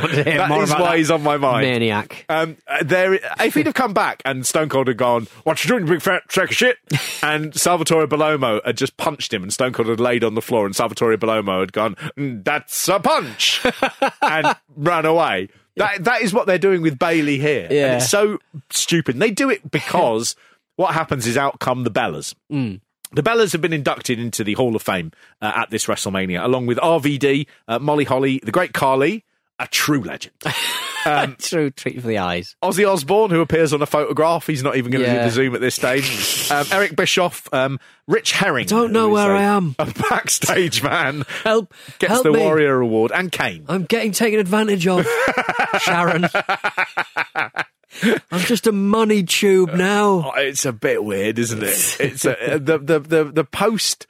want to hear
That
more
is
about
why
that
he's on my mind.
maniac.
Um, uh, there, if he'd have come back and Stone Cold had gone, "What you doing, you big fat sack of shit?" and Salvatore Belomo had just punched him, and Stone Cold had laid on the floor, and Salvatore Belomo had gone, "Mm, "That's a punch," and ran away. That that is what they're doing with Bailey here, and
Yeah.
it's so stupid. And they do it because what happens is out come the Bellas. The Bellas have been inducted into the Hall of Fame uh, at this WrestleMania, along with RVD, uh, Molly Holly, the great Carly, a true legend.
True treat for the eyes.
Ozzy Osbourne, who appears on a photograph, he's not even going to do
Yeah.
the Zoom at this stage. Um, Eric Bischoff, um, Rich Herring.
Don't know
who is
where
a-
I am.
A backstage man.
Help!
Gets
help
the
me.
Warrior Award and Kane.
I'm getting taken advantage of, Sharon. I'm just a money tube now.
Oh, it's a bit weird, isn't it? It's a, the, the the the post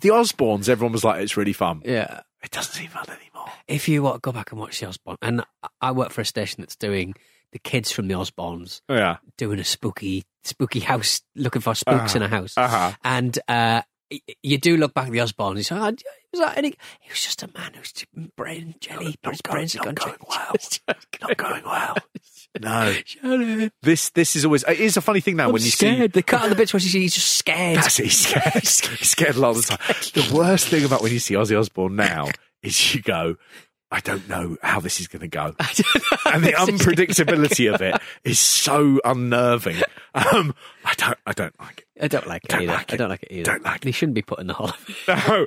the Osbournes. Everyone was like, "It's really fun."
Yeah.
It doesn't seem fun anymore.
If you want, go back and watch the Osborne. And I- I work for a station that's doing the kids from the Osbornes
Yeah,
doing a spooky, spooky house, looking for spooks in a house.
uh-huh.
And uh, y- you do look back at the Osbornes. You say, "Oh, was that any? He was just a man who's brain jelly, but his brains are gone. Not going well. not going well.
No,
Sharon.
this this is always it is a funny thing now
I'm
when you
scared.
see
The cut of the bits where she- she's just scared.
That's it, he's scared. He's scared a lot of the time. The worst thing about when you see Ozzy Osbourne now is you go, I don't know how this is going to go. And the unpredictability of it is so unnerving. Um, I don't, I don't like it.
I don't like it
Don't
either.
like
I
it.
don't like it either.
Don't like
They shouldn't be put in the hall.
No.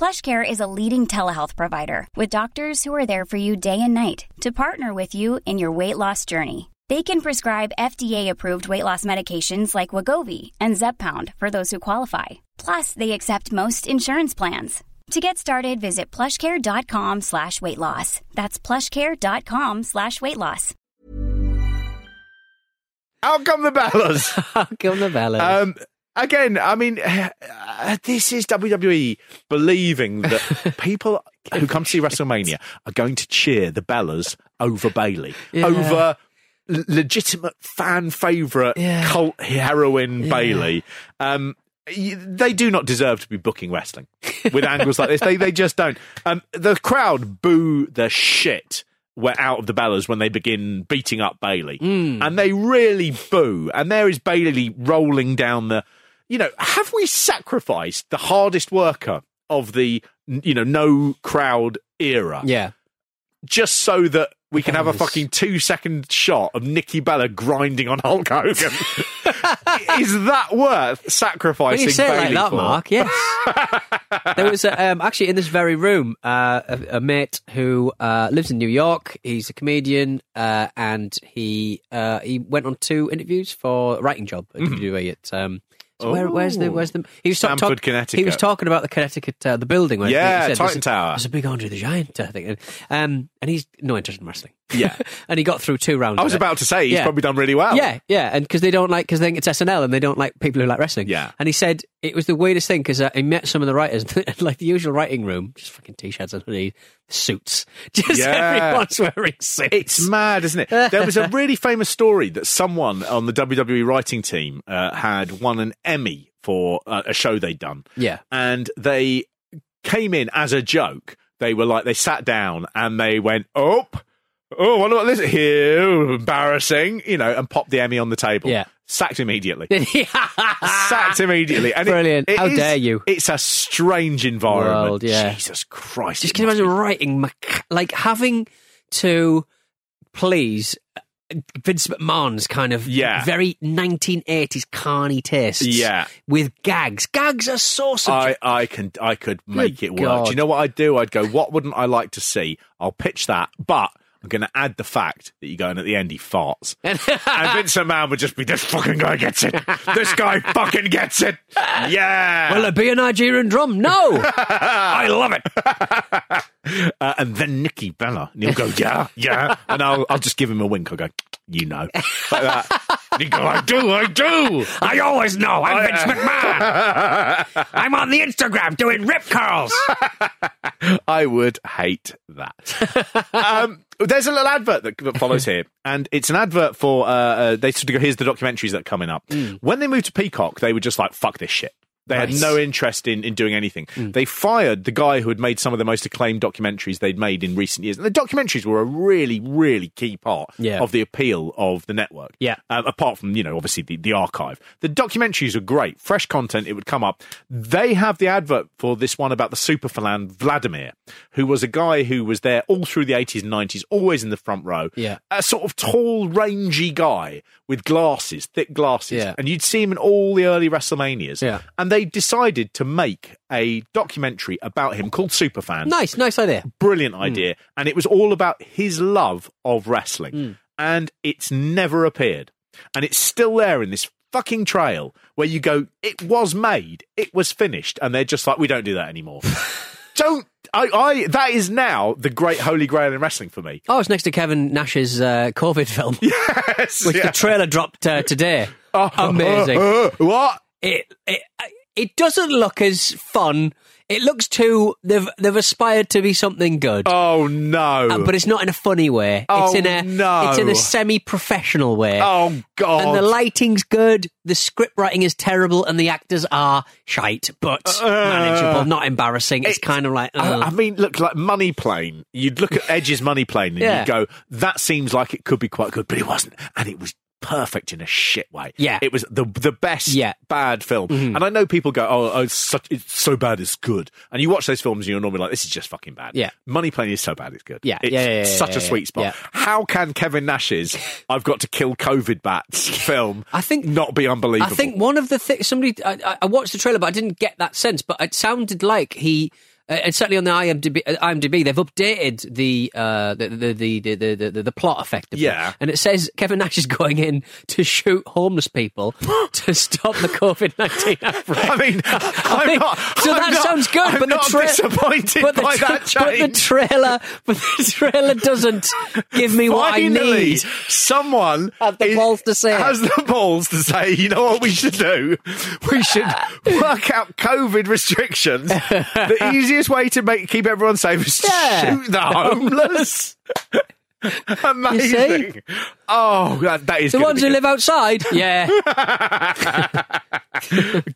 PlushCare is a leading telehealth provider with doctors who are there for you day and night to partner with you in your weight loss journey. They can prescribe FDA-approved weight loss medications like Wagovi and Zepbound for those who qualify. Plus, they accept most insurance plans. To get started, visit plushcare.com slash weight loss. That's plushcare.com slash weight loss.
Out come the bellas.
Kill novellas.
Um, again, I mean, uh, this is WWE believing that people who come to see WrestleMania are going to cheer the Bellas over Bailey,
Yeah.
over l- legitimate fan favorite
Yeah.
cult heroine Bailey. Um, y- they do not deserve to be booking wrestling with angles like this. They they just don't. Um, the crowd boo the shit were out of the Bellas when they begin beating up Bailey, and they really boo. And there is Bailey rolling down the. You know, have we sacrificed the hardest worker of the you know no crowd era?
yeah.
just so that we can have a
Yes.
fucking two second shot of Nikki Bella grinding on Hulk Hogan. Is that worth
When
sacrificing?
you say it like
Bayley
that,
for?
Mark, yes. there was a, um, actually in this very room uh, a, a mate who uh, lives in New York. He's a comedian, uh, and he uh, he went on two interviews for a writing job at
Mm-hmm.
WWE. At, um, so where, where's the where's the he was ta-
Stamford,
He was
Connecticut.
talking about the Connecticut uh, the building where
Yeah,
he said,
Titan
there's a-
Tower.
There's a big Andre the Giant uh, thing, and, um, and he's no interest in wrestling.
Yeah.
and he got through two rounds.
I was
of it.
about to say he's
Yeah.
probably done really well.
Yeah, yeah, and because they don't like because they think it's SNL and they don't like people who like wrestling.
Yeah.
and he said it was the weirdest thing because uh, he met some of the writers, and, like the usual writing room, just fucking t-shirts and hoodies, suits. Just
Yeah.
everyone's wearing suits.
It's mad, isn't it? There was a really famous story that someone on the WWE writing team uh, had won an Emmy for uh, a show they'd done.
yeah,
and they came in as a joke. They were like, they sat down and they went, oh, oh, wonder what this is here, embarrassing, you know, and popped the Emmy on the table.
Yeah.
Sacked immediately.
sacked
Sacked immediately. And it-
Brilliant.
it
How
is-
dare you.
It's a strange environment.
World, yeah.
Jesus Christ. it
Just can you
must
imagine writing Mac- like having to please. uh, Vince McMahon's kind of
Yeah.
very 1980s carny tastes.
Yeah.
With gags. Gags are so
be-
subjective.
I, I can I could make it work.
God.
Do you know what I'd do? I'd go, what wouldn't I like to see? I'll pitch that, but I'm going to add the fact that you go in at the end, he farts. and Vincent Mann would just be, this fucking guy gets it. This guy fucking gets it. Yeah.
Will there be a Nigerian drum? No!
I love it. uh, and then Nikki Bella. And he'll go, yeah, yeah. And I'll, I'll just give him a wink. I'll go, you know. Like that. You go, I do, I do. Oh,
I always know. I'm Vince McMahon. I'm on the Instagram doing rip curls.
I would hate that. um, there's a little advert that that follows here, and it's an advert for uh, uh, they sort of go, "Here's the documentaries that are coming up." When they moved to Peacock, they were just like, "Fuck this shit." They
Mm. Nice.
had no interest in, in doing anything.
Mm.
They fired the guy who had made some of the most acclaimed documentaries they'd made in recent years. And the documentaries were a really, really key part
Yeah.
of the appeal of the network.
Yeah.
Uh, apart from, you know, obviously the, the archive. The documentaries are great, fresh content, it would come up. They have the advert for this one about the superfan Vladimir, who was a guy who was there all through the 80s and 90s, always in the front row.
Yeah.
A sort of tall, rangy guy with glasses, thick glasses.
Yeah.
And you'd see him in all the early WrestleManias.
Yeah.
And they decided to make a documentary about him called Superfan
nice, nice idea.
brilliant idea and it was all about his love of wrestling
Hmm.
and it's never appeared and it's still there in this fucking trail where you go it was made it was finished and they're just like we don't do that anymore don't I, I that is now the great holy grail in wrestling for me
Oh, it's next to Kevin Nash's uh, COVID film,
yes
which
yeah.
the trailer dropped uh, today.
Oh,
Amazing.
uh, uh, what
it it it doesn't look as fun. It looks too they've they've aspired to be something good,
oh no
uh, but it's not in a funny way. it's
Oh,
in a
no.
it's in a semi-professional way.
oh god
And the lighting's good, the script writing is terrible, and the actors are shite, but
Uh.
manageable, not embarrassing. It's
It-
kind of like,
I,
uh,
I mean, look, like Money Plane, you'd look at Edge's Money Plane and
Yeah.
you'd go, that seems like it could be quite good, but it wasn't. And it was perfect in a shit way.
Yeah.
It was the the best
Yeah. Mm-hmm.
bad film. And I know people go, oh, oh it's, such, it's so bad it's good. And you watch those films and you're normally like, this is just fucking bad.
Yeah.
Money Plane is so bad it's good.
Yeah,
It's
yeah, yeah, yeah,
such a
yeah, yeah,
sweet spot.
yeah.
How can Kevin Nash's I've Got to Kill COVID Bats film
I think-
not be unbelievable?
I think one of the things somebody I, I- I watched the trailer, but I didn't get that sense. But it sounded like he. Uh, and certainly on the IMDb, uh, IMDb they've updated the, uh, the, the, the, the, the, the the plot effectively.
Yeah.
And it says Kevin Nash is going in to shoot homeless people to stop the COVID 19 outbreak.
I mean,
I
I'm
mean,
not.
so
I'm
that
not-
sounds good,
I'm
but the
not
tra-
disappointed
but the
by
tra-
that
But the
change.
trailer, but the trailer doesn't give me what I
Finally,
need.
someone
Had the
is-
balls to say it.
has the balls to say, you know what we should do? We should work out COVID restrictions. the easiest way to make keep everyone safe is to
Yeah.
shoot the homeless. Amazing! Oh, that, that is
The
gonna
ones
be
who
good.
live outside, yeah,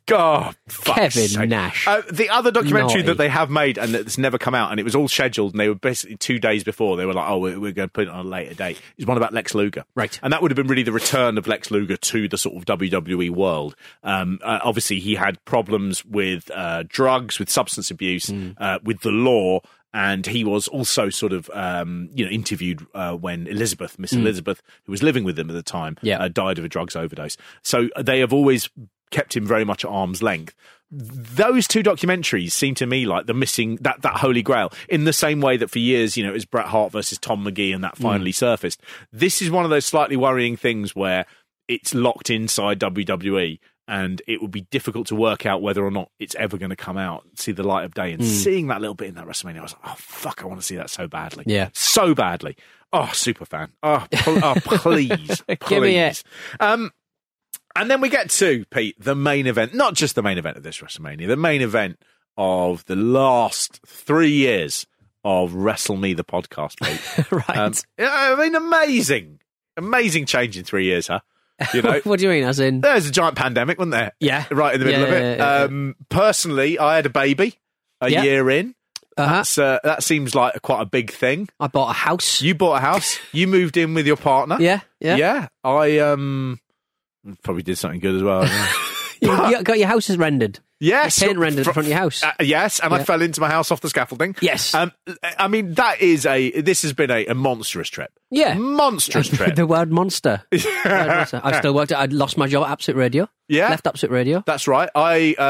God, fuck's
Kevin
sake.
Nash.
Uh, the other documentary
Naughty.
that they have made and that's never come out, and it was all scheduled, and they were basically two days before they were like, "Oh, we're, we're going to put it on a later date." Is one about Lex Luger,
Right.
And that would have been really the return of Lex Luger to the sort of WWE world. Um, uh, obviously, he had problems with uh, drugs, with substance abuse,
Hmm.
uh, with the law. And he was also sort of, um, you know, interviewed uh, when Elizabeth, Miss Elizabeth, who was living with him at the time,
Hmm. Yeah.
uh, died of a drugs overdose. So uh, they have always kept him very much at arm's length. Those two documentaries seem to me like the missing that that holy grail. In the same way that for years, you know, it was Bret Hart versus Tom McGee, and that finally surfaced. This is one of those slightly worrying things where it's locked inside WWE, and it would be difficult to work out whether or not it's ever going to come out, see the light of day. And seeing that little bit in that WrestleMania, I was like, oh fuck, I want to see that so badly,
Yeah.
so badly. Oh, super fan. Oh, pl- oh please,
Give me
please.
it.
Um, and then we get to Pete, the main event, not just the main event of this WrestleMania, the main event of the last three years of Wrestle Me the podcast. Pete.
right.
Um, I mean, amazing, amazing change in three years, huh? You know,
what do you mean? As in,
there was a giant pandemic, wasn't there?
Yeah.
right in the middle
Yeah,
of it.
yeah, yeah, yeah.
Um, personally, I had a baby a
Yeah.
year in,
uh-huh.
so that seems like quite a big thing.
I bought a house.
You bought a house. You moved in with your partner.
yeah, yeah.
I um probably did something good as well.
You, you got your houses rendered.
yes,
Your tent rendered in
Fr-
front of your house.
Uh, yes, and I fell into my house off the scaffolding.
Yes.
Um, I mean that is a this has been a, a monstrous trip.
Yeah.
Mm, monstrous trip.
the word monster. I still worked. I'd lost my job at Absolute Radio.
Yeah.
left Absolute Radio.
That's right. I uh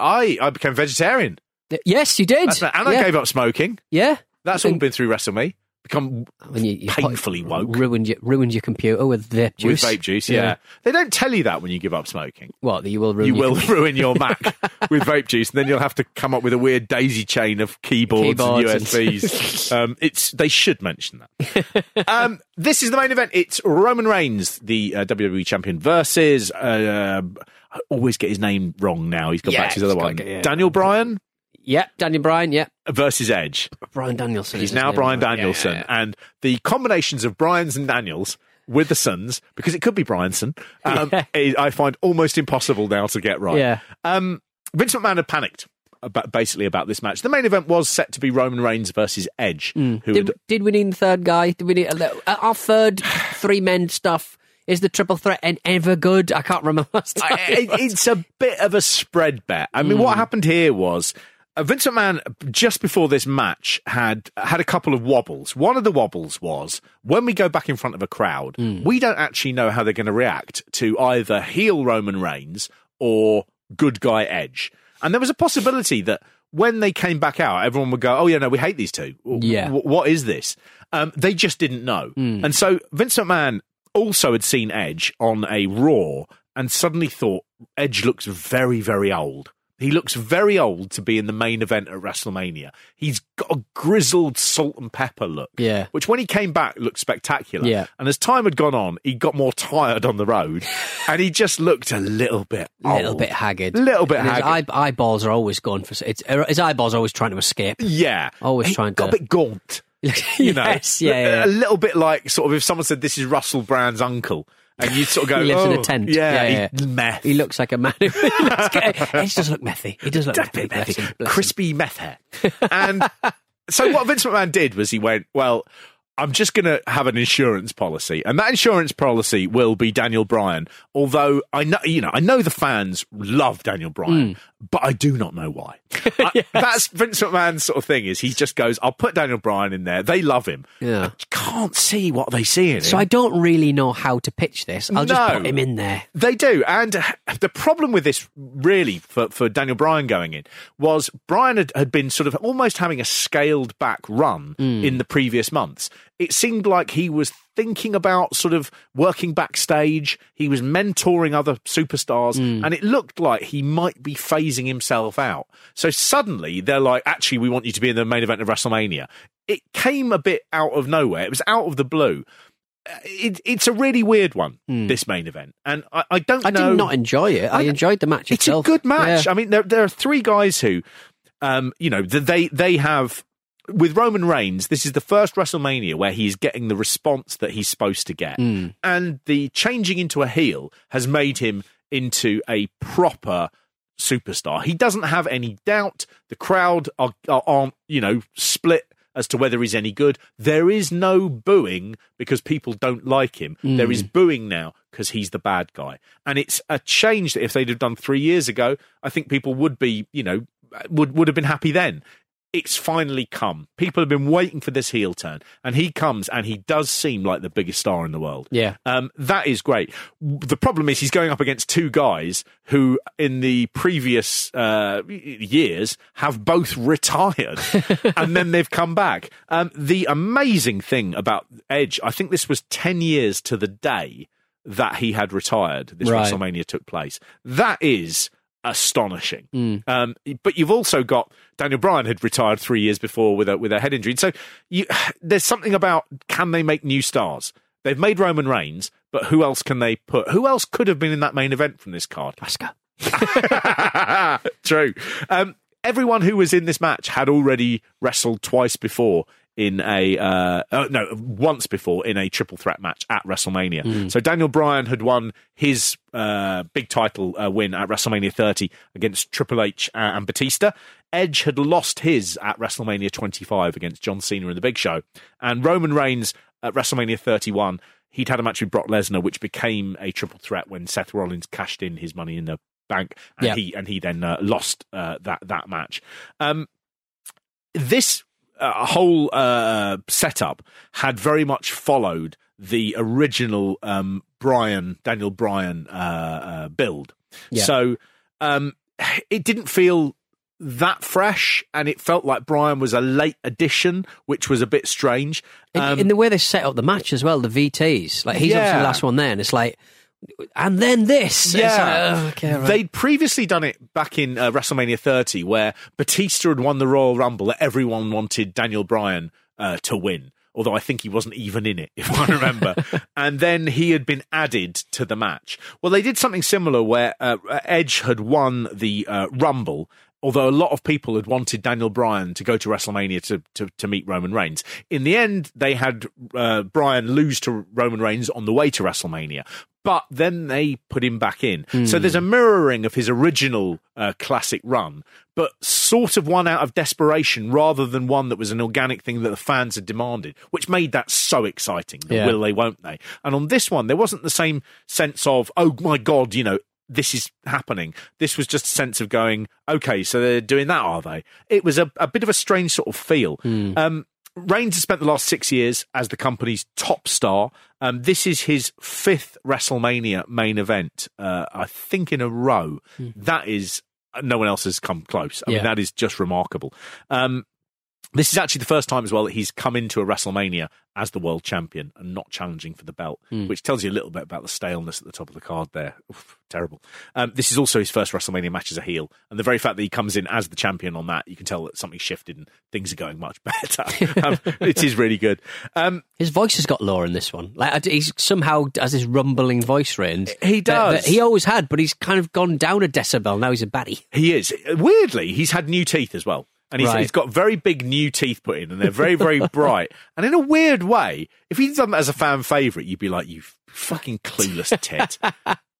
I I became vegetarian,
Yes, you did.
That's right. and I
yeah.
gave up smoking.
Yeah,
That's
I
all
think-
been through Wrestle Me. become
When you, you
Mm, painfully
probably
woke
Ruined your, ruined your computer with vape juice.
with vape juice. Yeah. they don't tell you that when you give up smoking.
What, that you will ruin
you
your
will
computer?
ruin your Mac with vape juice, and then you'll have to come up with a weird daisy chain of keyboards,
Keyboards and-
and USBs. um, it's they should mention that. um, this is the main event. It's Roman Reigns, the uh, WWE champion, versus. Uh, I always get his name wrong now. He's gone
Yeah,
back to his other
he's
one.
got- yeah.
Daniel Bryan
Yeah, Daniel Bryan, yeah.
versus Edge.
Brian Danielson.
He's
is his
now
name,
Brian
right? Yeah,
Danielson,
yeah,
and the combinations of Brian's and Daniels with the sons, because it could be Bryanson, um, is- I find almost impossible now to get right.
Yeah.
Um, Vince McMahon had panicked about, basically about this match. The main event was set to be Roman Reigns versus Edge, who
Mm. Did,
had,
did we need the third guy? Did we need a little, uh, our third three men stuff? Is the triple threat en- ever good? I can't remember. Last time. Hmm.
I- it- it's a bit of a spread bet. I mean, what happened here was uh, Vince McMahon just before this match had had a couple of wobbles. One of the wobbles was when we go back in front of a crowd,
Hmm.
we don't actually know how they're going to react to either heel Roman Reigns or good guy Edge. And there was a possibility that when they came back out, everyone would go, "Oh yeah, no, we hate these two. W-
Yeah.
w- what is this?" Um, they just didn't know.
Hmm.
And so Vince McMahon also had seen Edge on a Raw and suddenly thought Edge looks very, very old. He looks very old to be in the main event at WrestleMania. He's got a grizzled salt and pepper look.
Yeah.
Which when he came back looked spectacular.
Yeah.
And as time had gone on, he got more tired on the road and he just looked a little bit
A
old.
little bit haggard.
oh, Little bit
And his
haggard.
eye- eyeballs are always going for. It's, er, his eyeballs are always trying to escape.
Yeah.
Always
He
trying
got
to-
a bit gaunt. you know,
yes, yeah, yeah,
a
yeah.
little bit like sort of if someone said this is Russell Brand's uncle, and you sort of go,
He lives in
"Oh,
a tent.
yeah,
yeah,
he- meth,
He looks like a man. who- Edge does look methy. He does look
Definitely
methy. Bless
methy.
him, bless him.
crispy meth hair. And so what Vince McMahon did was he went, well. I'm just going to have an insurance policy, and that insurance policy will be Daniel Bryan. Although I know, you know, I know the fans love Daniel
Mm.
Bryan, but I do not know why. I- that's Vince McMahon's sort of thing. Is he just goes, "I'll put Daniel Bryan in there. They love him.
Yeah.
I can't see what they see in him."
So I don't really know how to pitch this. I'll just
No.
put him in there.
They do. And uh, the problem with this, really, for, for Daniel Bryan going in, was Bryan had, had been sort of almost having a scaled back run in the previous months. It seemed like he was thinking about sort of working backstage, he was mentoring other superstars, and it looked like he might be phasing himself out. So suddenly they're like, actually, we want you to be in the main event of WrestleMania. It came a bit out of nowhere, it was out of the blue it, it's a really weird one. This main event, and I, I don't.
Hmm. I
know,
did not enjoy it. I,
I-
enjoyed the match
It's
itself.
a good match.
Yeah.
I mean, there there are three guys who, um, you know, th- they they have with Roman Reigns. This is the first WrestleMania where he's getting the response that he's supposed to get, and the changing into a heel has made him into a proper superstar. He doesn't have any doubt. The crowd are, are aren't you know split as to whether he's any good. There is no booing because people don't like him. There is booing now because he's the bad guy, and it's a change that if they'd have done three years ago, I think people would be you know would would have been happy then. It's finally come. People have been waiting for this heel turn, and he comes, and he does seem like the biggest star in the world.
Yeah.
Um, that is great. The problem is he's going up against two guys who, in the previous uh, years, have both retired and then they've come back. Um, the amazing thing about Edge, I think this was 10 years to the day that he had retired, this
Right.
WrestleMania took place. That is astonishing. Um, but you've also got Daniel Bryan had retired three years before with a with a head injury. So you, there's something about can they make new stars? They've made Roman Reigns, but who else can they put? Who else could have been in that main event from this card?
Asuka.
True. Um, everyone who was in this match had already wrestled twice before in a uh, uh, no once before in a triple threat match at WrestleMania. So Daniel Bryan had won his uh, big title uh, win at WrestleMania 30 against Triple H uh, and Batista. Edge had lost his at WrestleMania 25 against John Cena in the Big Show, and Roman Reigns at WrestleMania 31. He'd had a match with Brock Lesnar, which became a triple threat when Seth Rollins cashed in his money in the bank, and
Yeah.
he and he then uh, lost uh, that that match. Um, this uh, whole uh, setup had very much followed the original um, Brian Daniel Bryan uh, uh, build,
Yeah.
so um, it didn't feel that fresh, and it felt like Brian was a late addition, which was a bit strange. Um,
In, in the way they set up the match as well, the VTs, like he's obviously
Yeah.
the last one there, and it's like, and then this. It's
Yeah,
like, oh, okay, right.
they'd previously done it back in uh, WrestleMania 30, where Batista had won the Royal Rumble that everyone wanted Daniel Bryan uh, to win. Although I think he wasn't even in it, if I remember. and then he had been added to the match. Well, they did something similar where uh, Edge had won the uh, Rumble. Although a lot of people had wanted Daniel Bryan to go to WrestleMania to, to, to meet Roman Reigns. In the end, they had uh, Bryan lose to Roman Reigns on the way to WrestleMania but then they put him back in. So there's a mirroring of his original uh, classic run, but sort of one out of desperation rather than one that was an organic thing that the fans had demanded, which made that so exciting. The
Yeah.
will they, won't they? And on this one, there wasn't the same sense of, oh my God, you know. This is happening. This was just a sense of going, okay, so they're doing that, are they? It was a, a bit of a strange sort of feel. Um, Reigns has spent the last six years as the company's top star. Um, this is his fifth WrestleMania main event, uh, I think, in a row. That is, no one else has come close. I
Yeah.
mean, that is just remarkable. Um, this is actually the first time as well that he's come into a WrestleMania as the world champion and not challenging for the belt, which tells you a little bit about the staleness at the top of the card there. Oof, terrible. Um, this is also his first WrestleMania match as a heel. And the very fact that he comes in as the champion on that, you can tell that something shifted and things are going much better. um, it is really good. Um,
His voice has got lower in this one. Like I d- he's somehow has this rumbling voice range.
He
that-
does.
that he always had, but he's kind of gone down a decibel. Now he's a baddie.
he is. Weirdly, he's had new teeth as well. And he's,
Right.
he's got very big new teeth put in, and they're very, very bright. And in a weird way, if he'd done that as a fan favourite, you'd be like, you fucking clueless tit.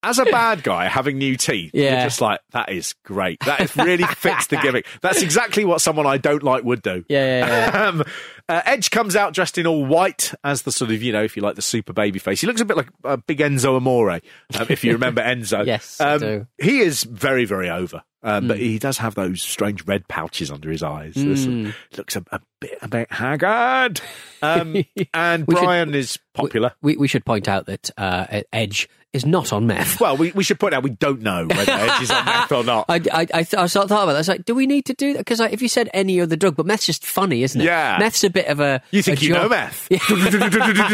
as a bad guy having new teeth,
Yeah.
you're just like, that is great. That is really fits the gimmick. That's exactly what someone I don't like would do.
Yeah, yeah, yeah.
um, uh, Edge comes out dressed in all white as the sort of, you know, if you like, the super baby face. He looks a bit like uh, big Enzo Amore, um, if you remember Enzo.
Yes, I
um,
do. Hmm.
He is very, very over. Um, But he does have those strange red pouches under his eyes. This
Hmm.
looks a, a bit a bit haggard. Um, and
We should-
Brian is popular.
We we should point out that uh, Edge is not on meth.
well, we, we should point out we don't know whether Edge is on meth or not.
I, I, I, th- I sort of thought about that. I was like, do we need to do that? Because like, if you said any other drug, but meth's just funny, isn't it?
Yeah.
Meth's a bit of a.
You think
a
you know
joke.
meth?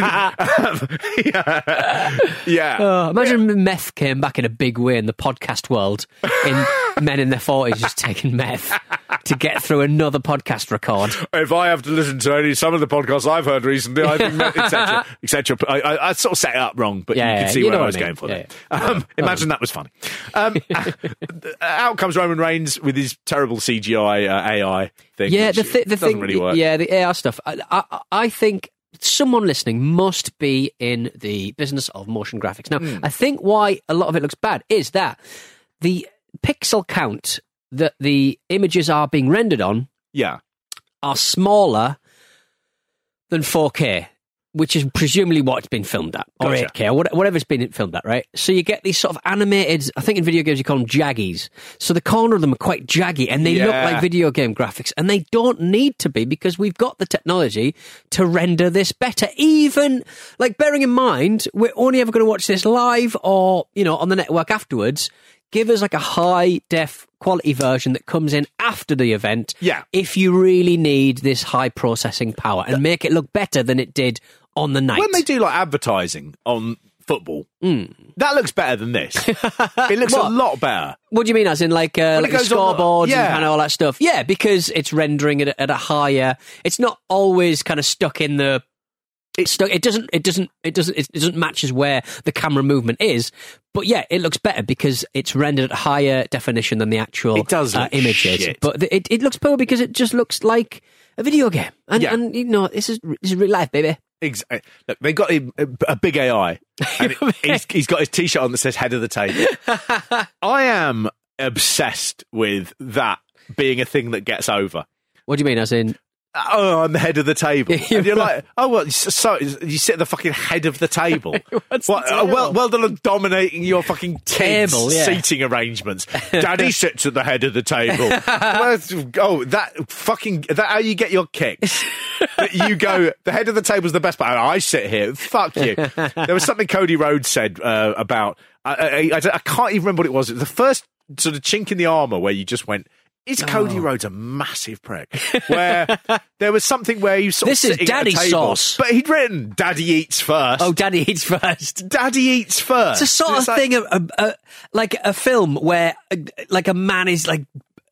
Um, yeah. yeah.
Oh, imagine meth came back in a big way in the podcast world in men in their 40s just taking meth to get through another podcast record.
if I have to listen to any some of the podcasts I've heard recently, I think etc. etc. I, I, I sort of set it up wrong, but
Yeah,
you
yeah,
can see
you
where
know
I
what
was
I mean.
going for
Yeah,
that. Um, imagine that was funny. Um, out comes Roman Reigns with his terrible CGI uh, AI thing.
Yeah,
which
the, th- the
doesn't
thing.
really work.
Yeah, the AR stuff. I, I, I think someone listening must be in the business of motion graphics. Now,
Hmm.
I think why a lot of it looks bad is that the pixel count that the images are being rendered on
yeah.
are smaller than 4K, which is presumably what it's been filmed at, or
Gotcha.
8K, or what- whatever it's been filmed at, right? So you get these sort of animated, I think in video games you call them jaggies. So the corner of them are quite jaggy and they look
Yeah.
like video game graphics, and they don't need to be because we've got the technology to render this better. Even, like, bearing in mind, we're only ever going to watch this live or, you know, on the network afterwards. Give us like a high def quality version that comes in after the event
Yeah.
if you really need this high processing power and make it look better than it did on the night.
When they do like advertising on football, that looks better than this. it looks a
Hmm. What?
lot better.
what do you mean? As in like, uh,
it
like the
goes on-
scoreboards and
yeah.
kind of all that stuff? Yeah, because it's rendering it at a higher. It's not always kind of stuck in the. It's stuck. It doesn't. It doesn't. It doesn't. It doesn't match as where the camera movement is. But yeah, it looks better because it's rendered at higher definition than the actual
It does
uh,
look
image is.
shit.
But the, it, it looks poor because it just looks like a video game. And,
Yeah.
and you know, this is this is real life, baby.
Exactly. uh, Look, they got him a a big AI, and it- he's, he's got his T-shirt on that says "Head of the Table." I am obsessed with that being a thing that gets over.
What do you mean? As in,
Oh, I'm the head of the table.
Yeah,
and you're
right.
like, oh well, so so- you sit at the fucking head of the table.
What's
What-
the
oh, well,
deal?
well done on dominating your fucking kids'
Table, yeah.
seating arrangements. Daddy sits at the head of the table. That's- oh, that fucking that how you get your kicks. That you go, the head of the table's the best, but I sit here. Fuck you. There was something Cody Rhodes said uh, about. I, I, I, I can't even remember what it was. It was the first sort of chink in the armor where you just went. Is
Oh.
Cody Rhodes a massive prick? Where there was something where you sort
This
of
is
sitting at a
daddy
table,
sauce.
but he'd written "Daddy eats first.
Oh, Daddy eats first.
Daddy eats first.
It's a sort of
like-
thing, of, of- uh, like a film where uh, like a man is like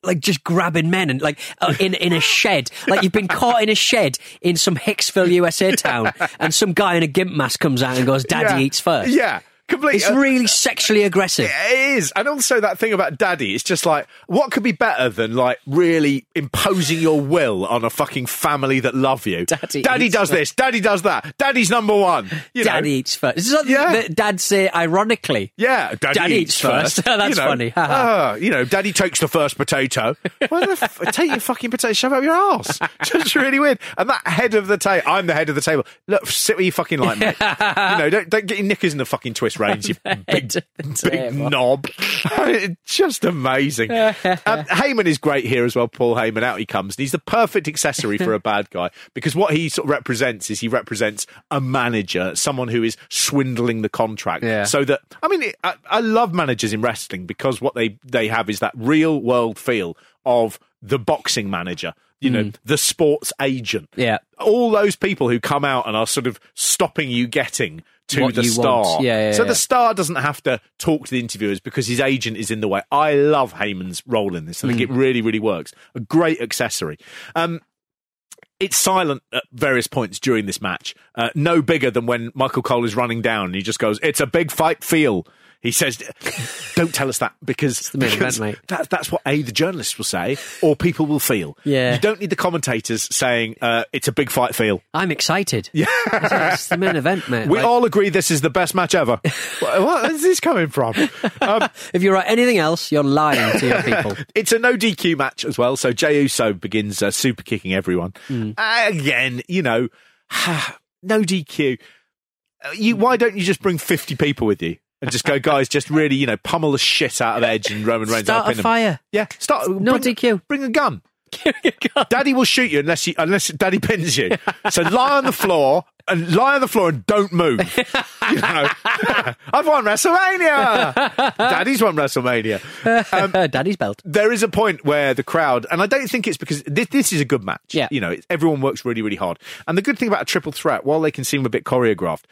like just grabbing men and like uh, in in a shed. Like you've been caught in a shed in some Hicksville, USA town, and some guy in a gimp mask comes out and goes, "Daddy
Yeah.
eats first.
Yeah, completely.
It's
uh,
really sexually aggressive.
It is. And also that thing about daddy, it's just like, what could be better than like really imposing your will on a fucking family that love you?
Daddy eats
does
that.
this, daddy does that, daddy's number one. You know.
Daddy eats first. This is something
Yeah.
that dads say ironically.
Yeah, daddy,
Daddy eats first. That's
You know.
funny.
Ah, you know, daddy takes the first potato. Why the f- take your fucking potato, shove it up your ass. Just really weird. And that head of the table, I'm the head of the table. Look, sit where you fucking like, mate. you know, don't, don't get your knickers in the fucking twist range, you big,
Head of the
big
table.
knob. Just amazing. um, Heyman is great here as well. Paul Heyman, out he comes. And he's the perfect accessory for a bad guy because what he sort of represents is he represents a manager, someone who is swindling the contract.
Yeah.
So that, I mean, it, I, I love managers in wrestling because what they, they have is that real world feel of the boxing manager. You know, the sports agent.
Yeah.
All those people who come out and are sort of stopping you getting to
What
the
you
star.
want. Yeah, yeah,
so
yeah.
the star doesn't have to talk to the interviewers because his agent is in the way. I love Heyman's role in this. I think
Mm-hmm.
it really, really works. A great accessory. Um, it's silent at various points during this match. Uh, no bigger than when Michael Cole is running down and he just goes, "It's a big fight feel." He says, "Don't tell us that because,
the main event,
because
mate.
that, that's what a the journalists will say or people will feel."
Yeah.
you don't need the commentators saying uh, it's a big fight feel.
I'm excited. Yeah, it's the main event, mate.
We
Like,
all agree this is the best match ever. Wh- what is this coming from? Um,
if you write anything else, you're lying to your people.
it's a no DQ match as well. So Jey Uso begins uh, super kicking everyone
Hmm.
again. You know, no DQ. Uh, You why don't you just bring fifty people with you and just go, guys? Just really, you know, pummel the shit out of Edge and Roman Reigns.
Start
I'll pin
a
him.
fire.
Yeah, start.
No
bring-
DQ.
Bring a gun. Daddy will shoot you unless you unless Daddy pins you. So lie on the floor and lie on the floor and don't move. You know, I've won WrestleMania. Daddy's won WrestleMania. Um,
Daddy's belt.
There is a point where the crowd, and I don't think it's because this, this is a good match.
Yeah.
you know, it's, everyone works really really hard. And the good thing about a triple threat, while they can seem a bit choreographed,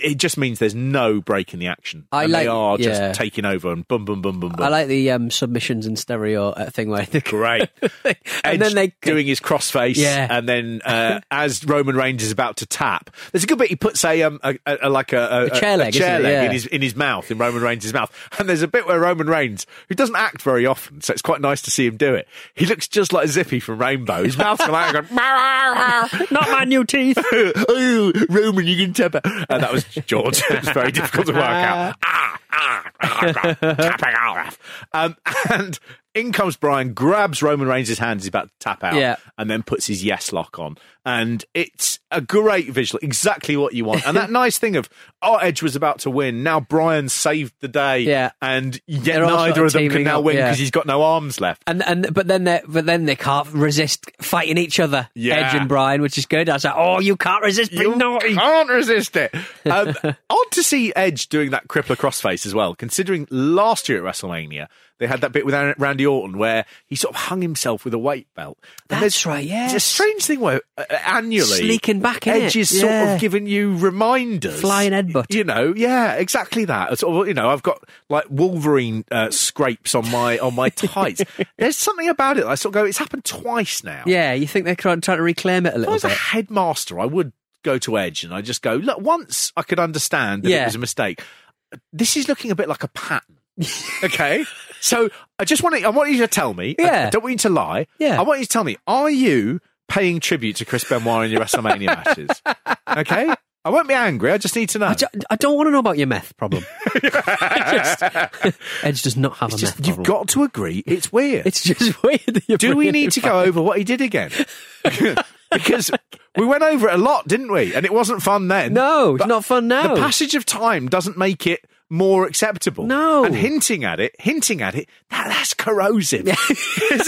it just means there's no break in the action.
I
and
like-
they are
yeah.
just taking over and boom boom boom boom boom.
I like the um, submissions in stereo uh, thing where they
Great.
and
Edge
then they
doing his crossface,
Yeah.
and then uh, as Roman Reigns is about to tap, there's a good bit. He puts a um a, a, a- like a, a,
A chair leg,
chair
isn't
leg
it?
in
Yeah.
his in his mouth in Roman Reigns' mouth, and there's a bit where Roman Reigns, who doesn't act very often, so it's quite nice to see him do it. He looks just like Zippy from Rainbow. His mouth's gone out. and gone,
not my new teeth.
oh, Roman, you can tap out. Uh, that was George. it's very difficult to work out. Ah, ah, ah, ah, tapping out. Um, and in comes Brian, grabs Roman Reigns' hand, he's about to tap out,
Yeah.
and then puts his yes lock on. And it's a great visual, exactly what you want. And that nice thing of, oh, Edge was about to win. Now Brian saved the day.
Yeah.
And yet
They're all sort
neither
of
of them can
teaming
now
up,
win
yeah.
because he's got no arms left.
And and but then they but then they can't resist fighting each other.
Yeah.
Edge and Brian, which is good. I was like, oh, you can't resist being naughty.
can't resist it. Um, odd to see Edge doing that crippler crossface as well, considering last year at WrestleMania they had that bit with Aaron- Randy Orton where he sort of hung himself with a weight belt. And
That's
there's-
right, yes.
It's a strange thing where uh, annually
Sneaking back, innit?
Edge is sort
Yeah.
of giving you reminders,
Flying headbutt.
You know, yeah, exactly that. It's Sort of, you know, I've got like Wolverine uh, scrapes on my on my tights. There's something about it. that I sort of go, it's happened twice now.
Yeah, you think they're trying, trying to reclaim it
If
a
I
little
was a
bit?
headmaster, I would go to Edge and I just go, look, once I could understand that it
Yeah.
was a mistake. This is looking a bit like a pattern. okay. So I just want to, I want you to tell me. I-
Yeah.
I don't want you to lie.
Yeah.
I want you to tell me, are you paying tribute to Chris Benoit in your WrestleMania matches? Okay. I won't be angry. I just need to know.
I, ju- I don't want to know about your meth problem. Just- Edge does not have
It's
a
just-
meth
you've
problem.
got to agree. It's weird.
It's just weird. That you're
Do we
bringing
need
it
to
back.
go over what he did again? because we went over it a lot, didn't we? And it wasn't fun then.
No, it's
But
not fun now.
The passage of time doesn't make it more acceptable.
No.
And hinting at it, hinting at it, that, that's corrosive, isn't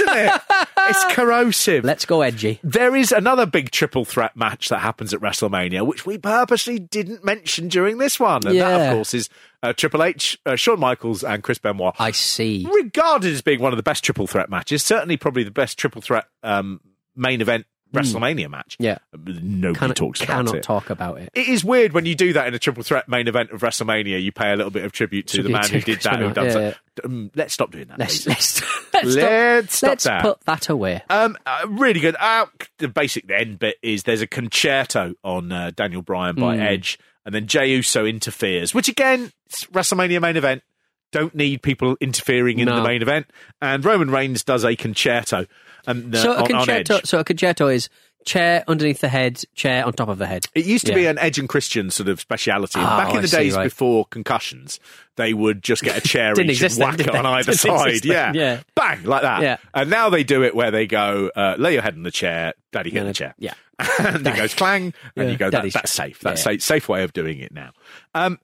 it? It's corrosive.
Let's go edgy.
There is another big triple threat match that happens at WrestleMania, which we purposely didn't mention during this one. And that,
Yeah.
of course, is uh, Triple H, uh, Shawn Michaels, and Chris Benoit.
I see.
Regarded as being one of the best triple threat matches, certainly probably the best triple threat um, main event WrestleMania match.
Hmm. Yeah.
Nobody
Cannot,
talks about
cannot
it.
talk about it.
It is weird when you do that in a triple threat main event of WrestleMania. You pay a little bit of tribute to the
Tribute
man
to
who did
Chris
that, who
Benoit,
done
yeah,
that. Um, let's stop doing that.
Let's
please.
let's
Let's stop
let's
that.
put that away.
Um, uh, really good. Uh, the basic end bit is there's a concerto on uh, Daniel Bryan by
Hmm.
Edge, and then Jey Uso interferes, which again, it's WrestleMania main event. Don't need people interfering in
No.
the main event. And Roman Reigns does a concerto, and uh,
so a
on, on Edge.
concerto. So a concerto is chair underneath the head, chair on top of the head.
It used to be
Yeah.
an Edge and Christian sort of speciality. And
Oh,
Back in
I
the
see,
days
right.
before concussions, they would just get a chair
Didn't
each and
exist then,
whack
did
it on
they?
either
Didn't
side.
exist then, yeah.
Bang, like that.
Yeah.
And now they do it where they go, uh, lay your head on the chair, daddy get in the chair.
Yeah.
and it goes clang, and
Yeah.
you go, that,
Daddy's
that's
chair.
safe. That's
Yeah.
safe, safe way of doing it now.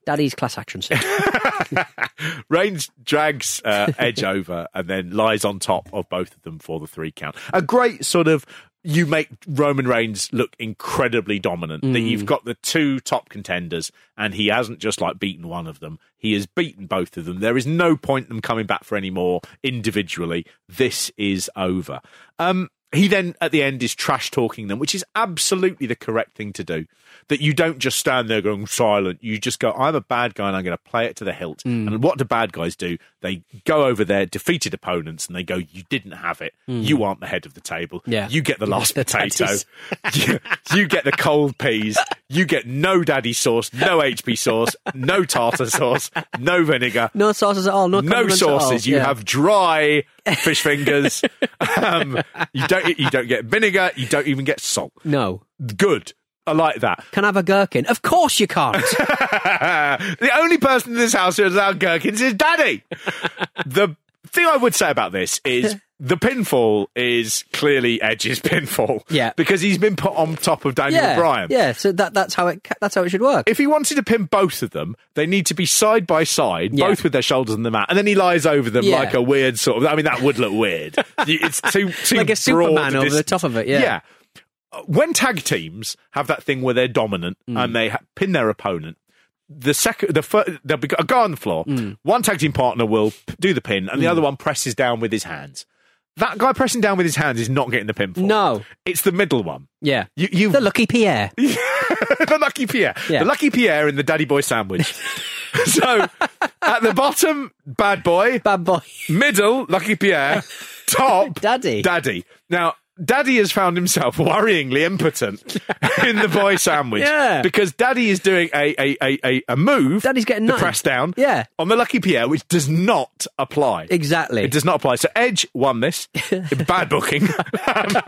Daddy's class action suit.
Reigns drags uh, Edge over and then lies on top of both of them for the three count. A great sort of you make Roman Reigns look incredibly dominant. That you've got the two top contenders and he hasn't just like beaten one of them. He has beaten both of them. There is no point in them coming back for any more individually. This is over. Um he then at the end is trash talking them, which is absolutely the correct thing to do. That you don't just stand there going silent. You just go, I'm a bad guy and I'm going to play it to the hilt.
Hmm.
And what do bad guys do? They go over their defeated opponents and they go, You didn't have it. You aren't the head of the table.
Hmm. Yeah.
You get the last
The
potato.
tatties.
you, you get the cold peas. You get no daddy sauce, no HB sauce, no tartar sauce, no vinegar
No sauces at all. No,
no
condiments at all.
sauces. You
Yeah.
have dry fish fingers. um, you don't. You don't get vinegar. You don't even get salt.
no.
Good. I like that.
Can I have a gherkin? Of course you can't.
the only person in this house who has allowed gherkins is Daddy. the thing I would say about this is the pinfall is clearly Edge's pinfall.
Yeah.
because he's been put on top of Daniel
yeah,
Bryan.
yeah. So that that's how it ca- that's how it should work.
If he wanted to pin both of them, they need to be side by side,
Yeah.
both with their shoulders on the mat, and then he lies over them
Yeah.
like a weird sort of. I mean, that would look weird. You- it's too, too
Like
broad
a Superman over the
distance.
top of it, yeah.
yeah. Uh, When tag teams have that thing where they're dominant
Mm.
and they ha- pin their opponent. The second, the first, there'll be a guy on the floor.
Mm.
One tag team partner will p- do the pin, and the other one presses down with his hands. That guy pressing down with his hands is not getting the pinfall.
No.
it's the middle one.
yeah.
You, you
the lucky Pierre.
the lucky Pierre.
Yeah.
The lucky Pierre in the Daddy Boy sandwich. so at the bottom, bad boy.
Bad boy.
Middle, lucky Pierre. Top,
Daddy.
Daddy. Now, Daddy has found himself worryingly impotent in the boy sandwich
Yeah.
because Daddy is doing a a, a, a, a move.
Daddy's getting
the
nothing.
press down.
Yeah.
on the lucky Pierre, which does not apply.
Exactly.
It does not apply. So Edge won this. Bad booking. Um,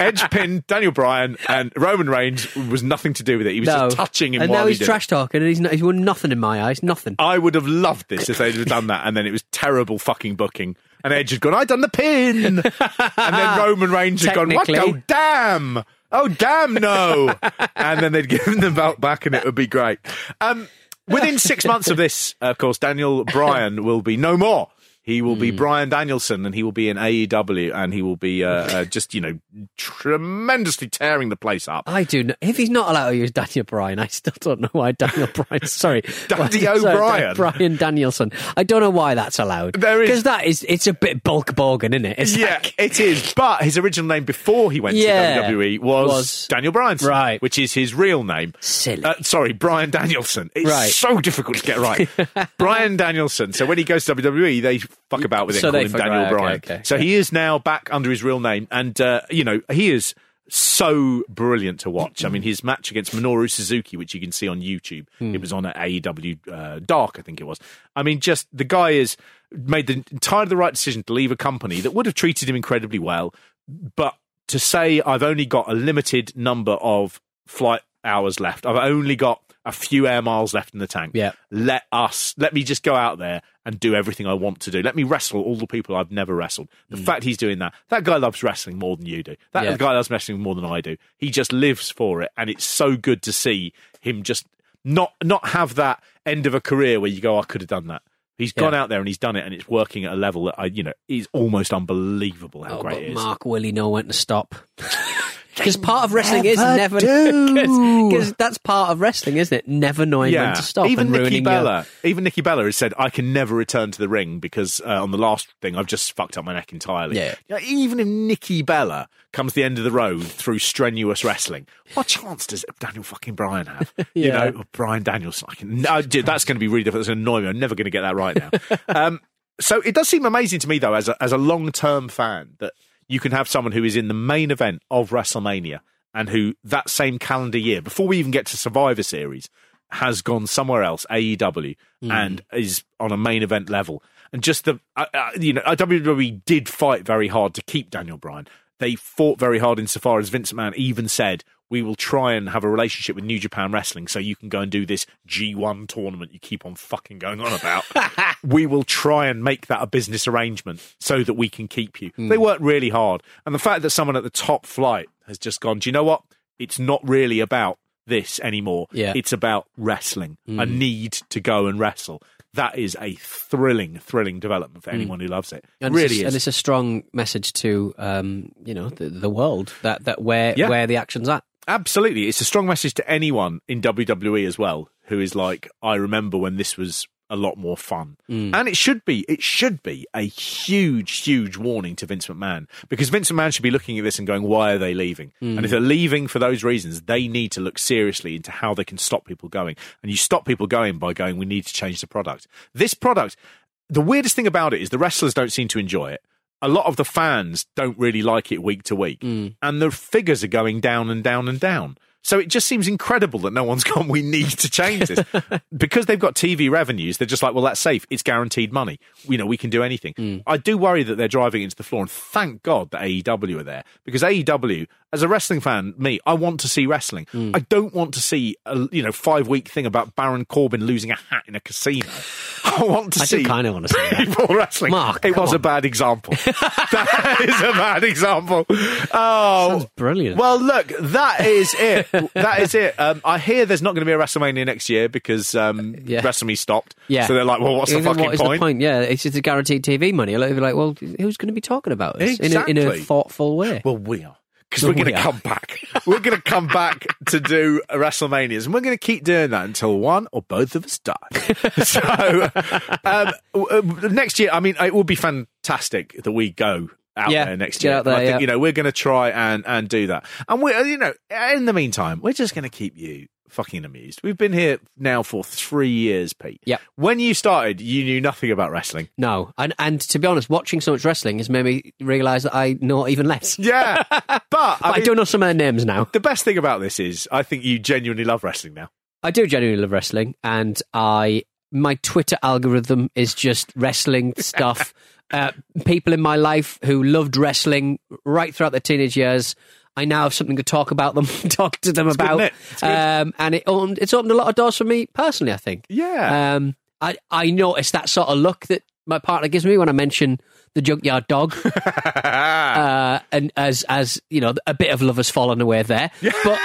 Edge pinned Daniel Bryan and Roman Reigns was nothing to do with it. He was
no.
just touching him
and
while
now
he
he's
did it.
trash talking and he's, not, he's won nothing in my eyes. Nothing.
I would have loved this if they'd have done that, and then it was terrible fucking booking. And Edge had gone, I done the pin, and then Roman Reigns had gone, what?
Technically.
Oh damn! Oh damn! No, and then they'd given the belt back, and it would be great. Um, within six months of this, of course, Daniel Bryan will be no more. He will be Brian Danielson, and he will be in AEW, and he will be uh, uh, just you know tremendously tearing the place up.
I do. Not, if he's not allowed to use Daniel Bryan, I still don't know why Daniel Bryan. Sorry,
Daddy
Sorry,
O'Brien.
Brian Danielson. I don't know why that's allowed.
There is-
because that is it's a bit bulk bogan, isn't it? It's
yeah,
like-
it is. But his original name before he went
Yeah.
to WWE was,
Was-
Daniel Bryan,
Right.
Which is his real name.
Silly.
Uh, sorry, Brian Danielson. It's
Right.
so difficult to get right. Brian Danielson. So when he goes to WWE, they fuck about with it.
So
and call
they
him
fuck-
Daniel
right, okay,
Bryan.
okay.
So he is now back under his real name, and uh, you know he is so brilliant to watch. I mean, his match against Minoru Suzuki, which you can see on YouTube, it was on at AEW uh, Dark, I think it was. I mean, just the guy is made the entirely the right decision to leave a company that would have treated him incredibly well, but to say I've only got a limited number of flight hours left, I've only got a few air miles left in the tank
Yeah.
let us let me just go out there and do everything I want to do. Let me wrestle all the people I've never wrestled. The fact he's doing that, that guy loves wrestling more than you do. That
Mm. Yeah.
guy loves wrestling more than I do. He just lives for it, and it's so good to see him just Not not have that end of a career where you go, I could have done that. He's gone
Yeah.
out there and he's done it, and it's working at a level that I, you know, is almost unbelievable how
Oh,
great
but
it is.
Mark Willie know when to stop. Because part of wrestling is never
do.
because that's part of wrestling, isn't it? Never knowing when to stop
Even
and
Nikki
ruining your-
Bella, even Nikki Bella has said, "I can never return to the ring because uh, on the last thing I've just fucked up my neck entirely."
Yeah.
You know, even if Nikki Bella comes the end of the road through strenuous wrestling, what chance does Daniel fucking Bryan have? You
Yeah.
know, or Bryan Danielson. I can, no, dude, that's going to be really difficult. That's going to annoy me. I'm never going to get that right now. um, so it does seem amazing to me though, as a, as a long term fan, that you can have someone who is in the main event of WrestleMania and who that same calendar year, before we even get to Survivor Series, has gone somewhere else, AEW, and is on a main event level. And just the uh, uh, you know, uh, WWE did fight very hard to keep Daniel Bryan. They fought very hard insofar as Vince McMahon even said, "We will try and have a relationship with New Japan Wrestling, so you can go and do this G1 tournament you keep on fucking going on about." we will try and make that a business arrangement so that we can keep you.
Hmm.
They worked really hard. And the fact that someone at the top flight has just gone, do you know what? It's not really about this anymore.
Yeah. Hmm.
It's about wrestling, a need to go and wrestle. That is a thrilling, thrilling development for anyone who loves it. It
Hmm. And
really
it's, a-
is.
and it's a strong message to um, you know the, the world that, that where
Yeah.
where the action's at.
Absolutely. It's a strong message to anyone in WWE as well who is like, I remember when this was a lot more fun. And it should be, it should be a huge, huge warning to Vince McMahon because Vince McMahon should be looking at this and going, why are they leaving? And if they're leaving for those reasons, they need to look seriously into how they can stop people going. And you stop people going by going, we need to change the product. This product, the weirdest thing about it is the wrestlers don't seem to enjoy it a lot of the fans don't really like it week to week,
Mm.
and the figures are going down and down and down. So it just seems incredible that no one's gone. We need to change this because they've got TV revenues. They're just like, well, that's safe. It's guaranteed money. You know, we can do anything.
Mm.
I do worry that they're driving into the floor, and thank God that AEW are there because AEW, as a wrestling fan, me, I want to see wrestling.
Mm.
I don't want to see a you know five week thing about Baron Corbin losing a hat in a casino. I want to
I
see
do kind of want to say that.
people wrestling.
Mark,
it
come
was a
on.
bad example. that is a bad example. Oh,
Sounds brilliant.
Well, look, that is it. that is it. Um, I hear there's not going to be a WrestleMania next year because um,
Yeah.
WrestleMania stopped.
Yeah.
So they're like, well, what's the
Even
fucking
what is
point?
The point? Yeah, it's just a guaranteed TV money. A lot of people are like, well, who's going to be talking about us in, a, in a
Exactly.
thoughtful way?
Well, we are. Because we're
We
going to
are.
come back. We're going to come back to do WrestleManias, and we're going to keep doing that until one or both of us die. so um, w- uh, next year, I mean, it will be fantastic that we go out
Yeah,
there next
get
year.
out there,
And I think
yeah.
you know we're going to try and and do that. And we, are you know, in the meantime, we're just going to keep you fucking amused. We've been here now for three years, Pete.
Yep.
When you started, you knew nothing about wrestling.
no, and and to be honest, watching so much wrestling has made me realise that I know even less.
Yeah, but,
But I,
mean,
don't know some of their names now.
The best thing about this is, I think you genuinely love wrestling now.
I do genuinely love wrestling, and I my Twitter algorithm is just wrestling stuff. uh, people in my life who loved wrestling right throughout their teenage years. I now have something to talk about them, talk to them
good,
about,
isn't it? It's good.
um, and it opened, it's opened a lot of doors for me personally. I think.
Yeah.
Um, I I notice that sort of look that my partner gives me when I mention the junkyard dog, uh, and as as you know, a bit of love has fallen away there, but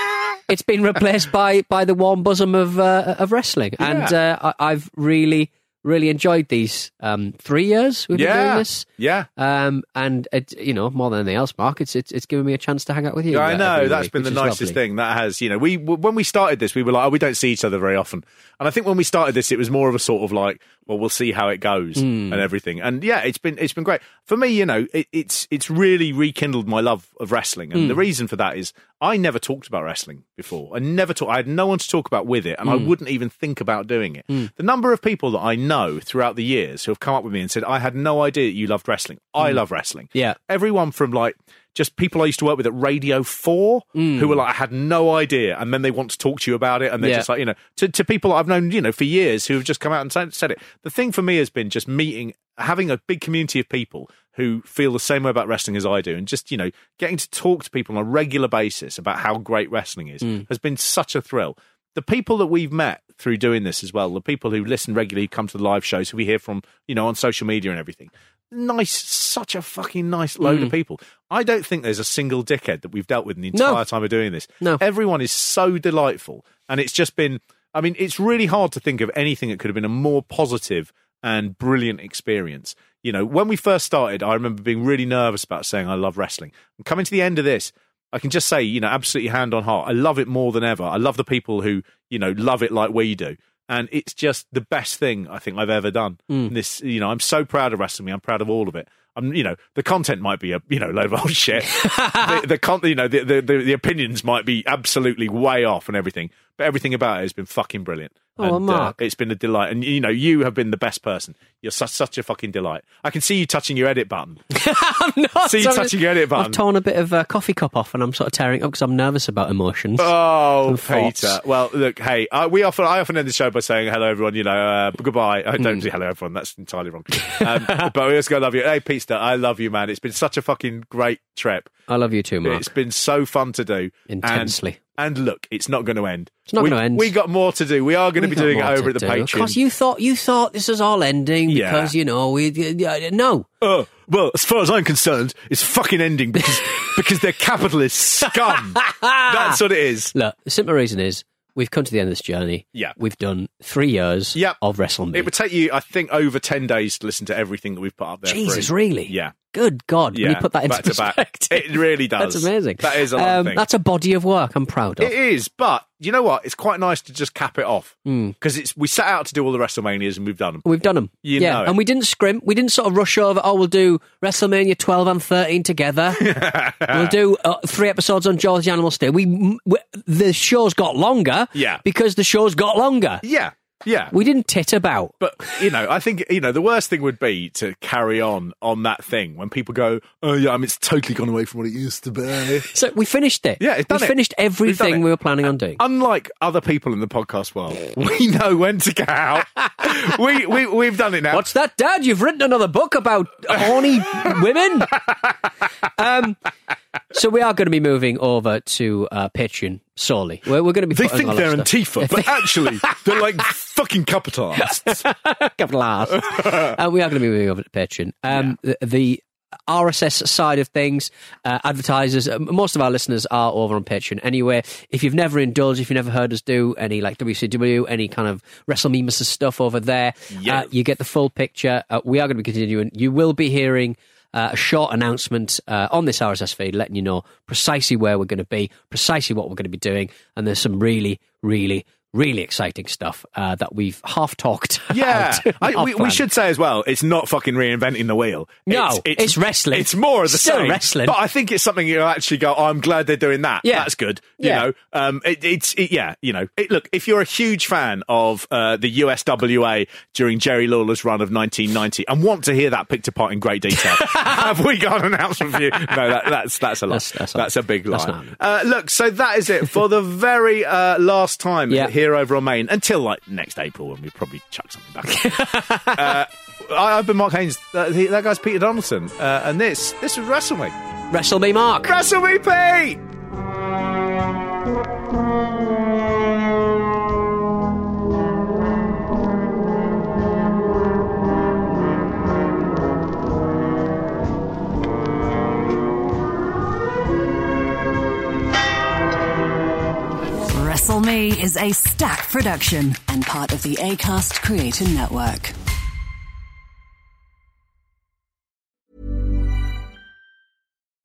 it's been replaced by by the warm bosom of uh, of wrestling, and uh, I, I've really really enjoyed these um, three years we've been doing
yeah.
this.
Yeah.
Um, and it, you know, more than anything else, Mark, it's, it's it's given me a chance to hang out with you.
I
uh,
know
every
that's
week,
been the
which is
nicest
lovely.
thing. That has, you know, we w- when we started this, we were like, oh, we don't see each other very often, and I think when we started this, it was more of a sort of like, well, we'll see how it goes and
Hmm.
everything. And yeah, it's been it's been great for me. You know, it, it's it's really rekindled my love of wrestling, and the
Hmm.
reason for that is I never talked about wrestling before. I never talked. I had no one to talk about with it, and I
Hmm.
wouldn't even think about doing it. The number of people that I know throughout the years who have come up with me and said, I had no idea you loved wrestling. I love wrestling
Hmm. Yeah.
everyone from like just people I used to work with at Radio 4 who were like, I had no idea. And then they want to talk to you about it. And they're
Yeah.
just like, you know, to, to people I've known, you know, for years who have just come out and said- said it. The thing for me has been just meeting, having a big community of people who feel the same way about wrestling as I do. And just, you know, getting to talk to people on a regular basis about how great wrestling is has been such a thrill the people that we've met through doing this as well, the people who listen regularly, who come to the live shows, who we hear from, you know, on social media and everything. Nice, such a fucking nice load of people. I don't think there's a single dickhead that we've dealt with in the
No.
entire time of doing this.
No.
Everyone is so delightful. And it's just been I mean, it's really hard to think of anything that could have been a more positive and brilliant experience. You know, when we first started, I remember being really nervous about saying I love wrestling. And coming to the end of this, I can just say, you know, absolutely hand on heart, I love it more than ever. I love the people who, you know, love it like we do. And it's just the best thing I think I've ever done. This, you know, I'm so proud of wrestling. I'm proud of all of it. I'm, you know, the content might be a, you know, load of old shit. the, the con- you know, the, the, the, the opinions might be absolutely way off and everything, but everything about it has been fucking brilliant.
Oh,
and,
well, Mark.
uh, it's been a delight. And, you know, you have been the best person. You're such, such a fucking delight. I can see you touching your edit button.
I'm not.
See you
I'm just-
touching your edit button.
I've torn a bit of a coffee cup off and I'm sort of tearing it up because I'm nervous about emotions.
Oh,
Some
Peter.
thoughts.
Well, look, hey, I, we often I often end the show by saying hello, everyone. You know, uh, goodbye. I
Mm.
don't say hello, everyone. That's entirely wrong. Um, but we also go love you. Hey, Peter, I love you, man. It's been such a fucking great trip.
I love you too, Mark.
It's been so fun to do. And-
Intensely.
And, look, it's not going to end.
It's not
We-
gonna end.
We got more to do. We are going to
We
be
got
doing it
more to
over at the
do. Of
Patreon.
course, you thought you thought this was all ending
Yeah.
because you know we yeah, no.
Uh, well, as far as I'm concerned, it's fucking ending because because they're capitalist scum. That's what it is.
Look, the simple reason is we've come to the end of this journey.
Yeah.
we've done three years.
Yeah.
of WrestleMania.
It would take you, I think, over ten days to listen to everything that we've put up there.
Jesus,
free.
really?
Yeah.
Good God,
Yeah,
when you put that into
back to back.
perspective,
It really does.
That's amazing. Um,
That is a lot of things.
That's a body of work I'm proud of.
It is, but you know what? It's quite nice to just cap it off
Hmm.
because it's we set out to do all the WrestleManias and we've done them.
We've done them.
You
yeah,
know it.
and we didn't scrimp. We didn't sort of rush over. Oh, we'll do WrestleMania 12 and 13 together. we'll do uh, three episodes on George the Animal Steer. We, m- we the show's got longer.
Yeah.
because the show's got longer.
Yeah, yeah.
We didn't tit about.
but you know, I think you know the worst thing would be to carry on on that thing when people go, "Oh yeah, I mean it's totally gone away from what it used to be."
So we finished it.
Yeah, it's done
we
it.
finished
We've done
everything
it. Oh,
we were planning on doing.
Unlike other people in the podcast world, we know when to get out. we we we've done it now.
What's that, Dad? You've written another book about horny women. um, so we are going to be moving over to uh, Patreon solely. We're, we're going to be.
They
putting
think
all our
they're
stuff-
Antifa, but actually they're like fucking capitalists.
capital R. uh, we are going to be moving over to Patreon. Um, the, the RSS side of things, uh, advertisers, uh, most of our listeners are over on Patreon anyway. If you've never indulged, if you've never heard us do any like WCW, any kind of WrestleMemes stuff over there,
Yeah.
uh, you get the full picture. Uh, we are going to be continuing. You will be hearing. Uh, a short announcement uh, on this RSS feed letting you know precisely where we're going to be, precisely what we're going to be doing, and there's some really, really, really exciting stuff uh, that we've half talked
Yeah,
out.
I, we, we
Off-brand.
should say as well, it's not fucking reinventing the wheel.
No, it's wrestling.
It's more of the
Still
same
wrestling.
But I think it's something you'll actually go. "Oh, I'm glad they're doing that.
Yeah.
that's good.
Yeah.
You know, um, it, it's it, yeah, you know. It, look, if you're a huge fan of uh, the USWA during Jerry Lawler's run of 1990 and want to hear that picked apart in great detail, have we got an announcement for you? No, that, that's that's a lie.
That's-
That's,
that's
a big lie.
that's not happening.
uh, look, so that is it for the very uh, last time
Yeah.
here over on Maine until like next April when we probably chuck something back. in. Uh, I, I've been Mark Haynes. That, the- that guy's Peter Donaldson. Uh, and this, this was Wrestle Me.
Wrestle me, Mark.
Wrestle Me, Pete!
WrestleMe is a stack production and part of the ACAST Creator Network.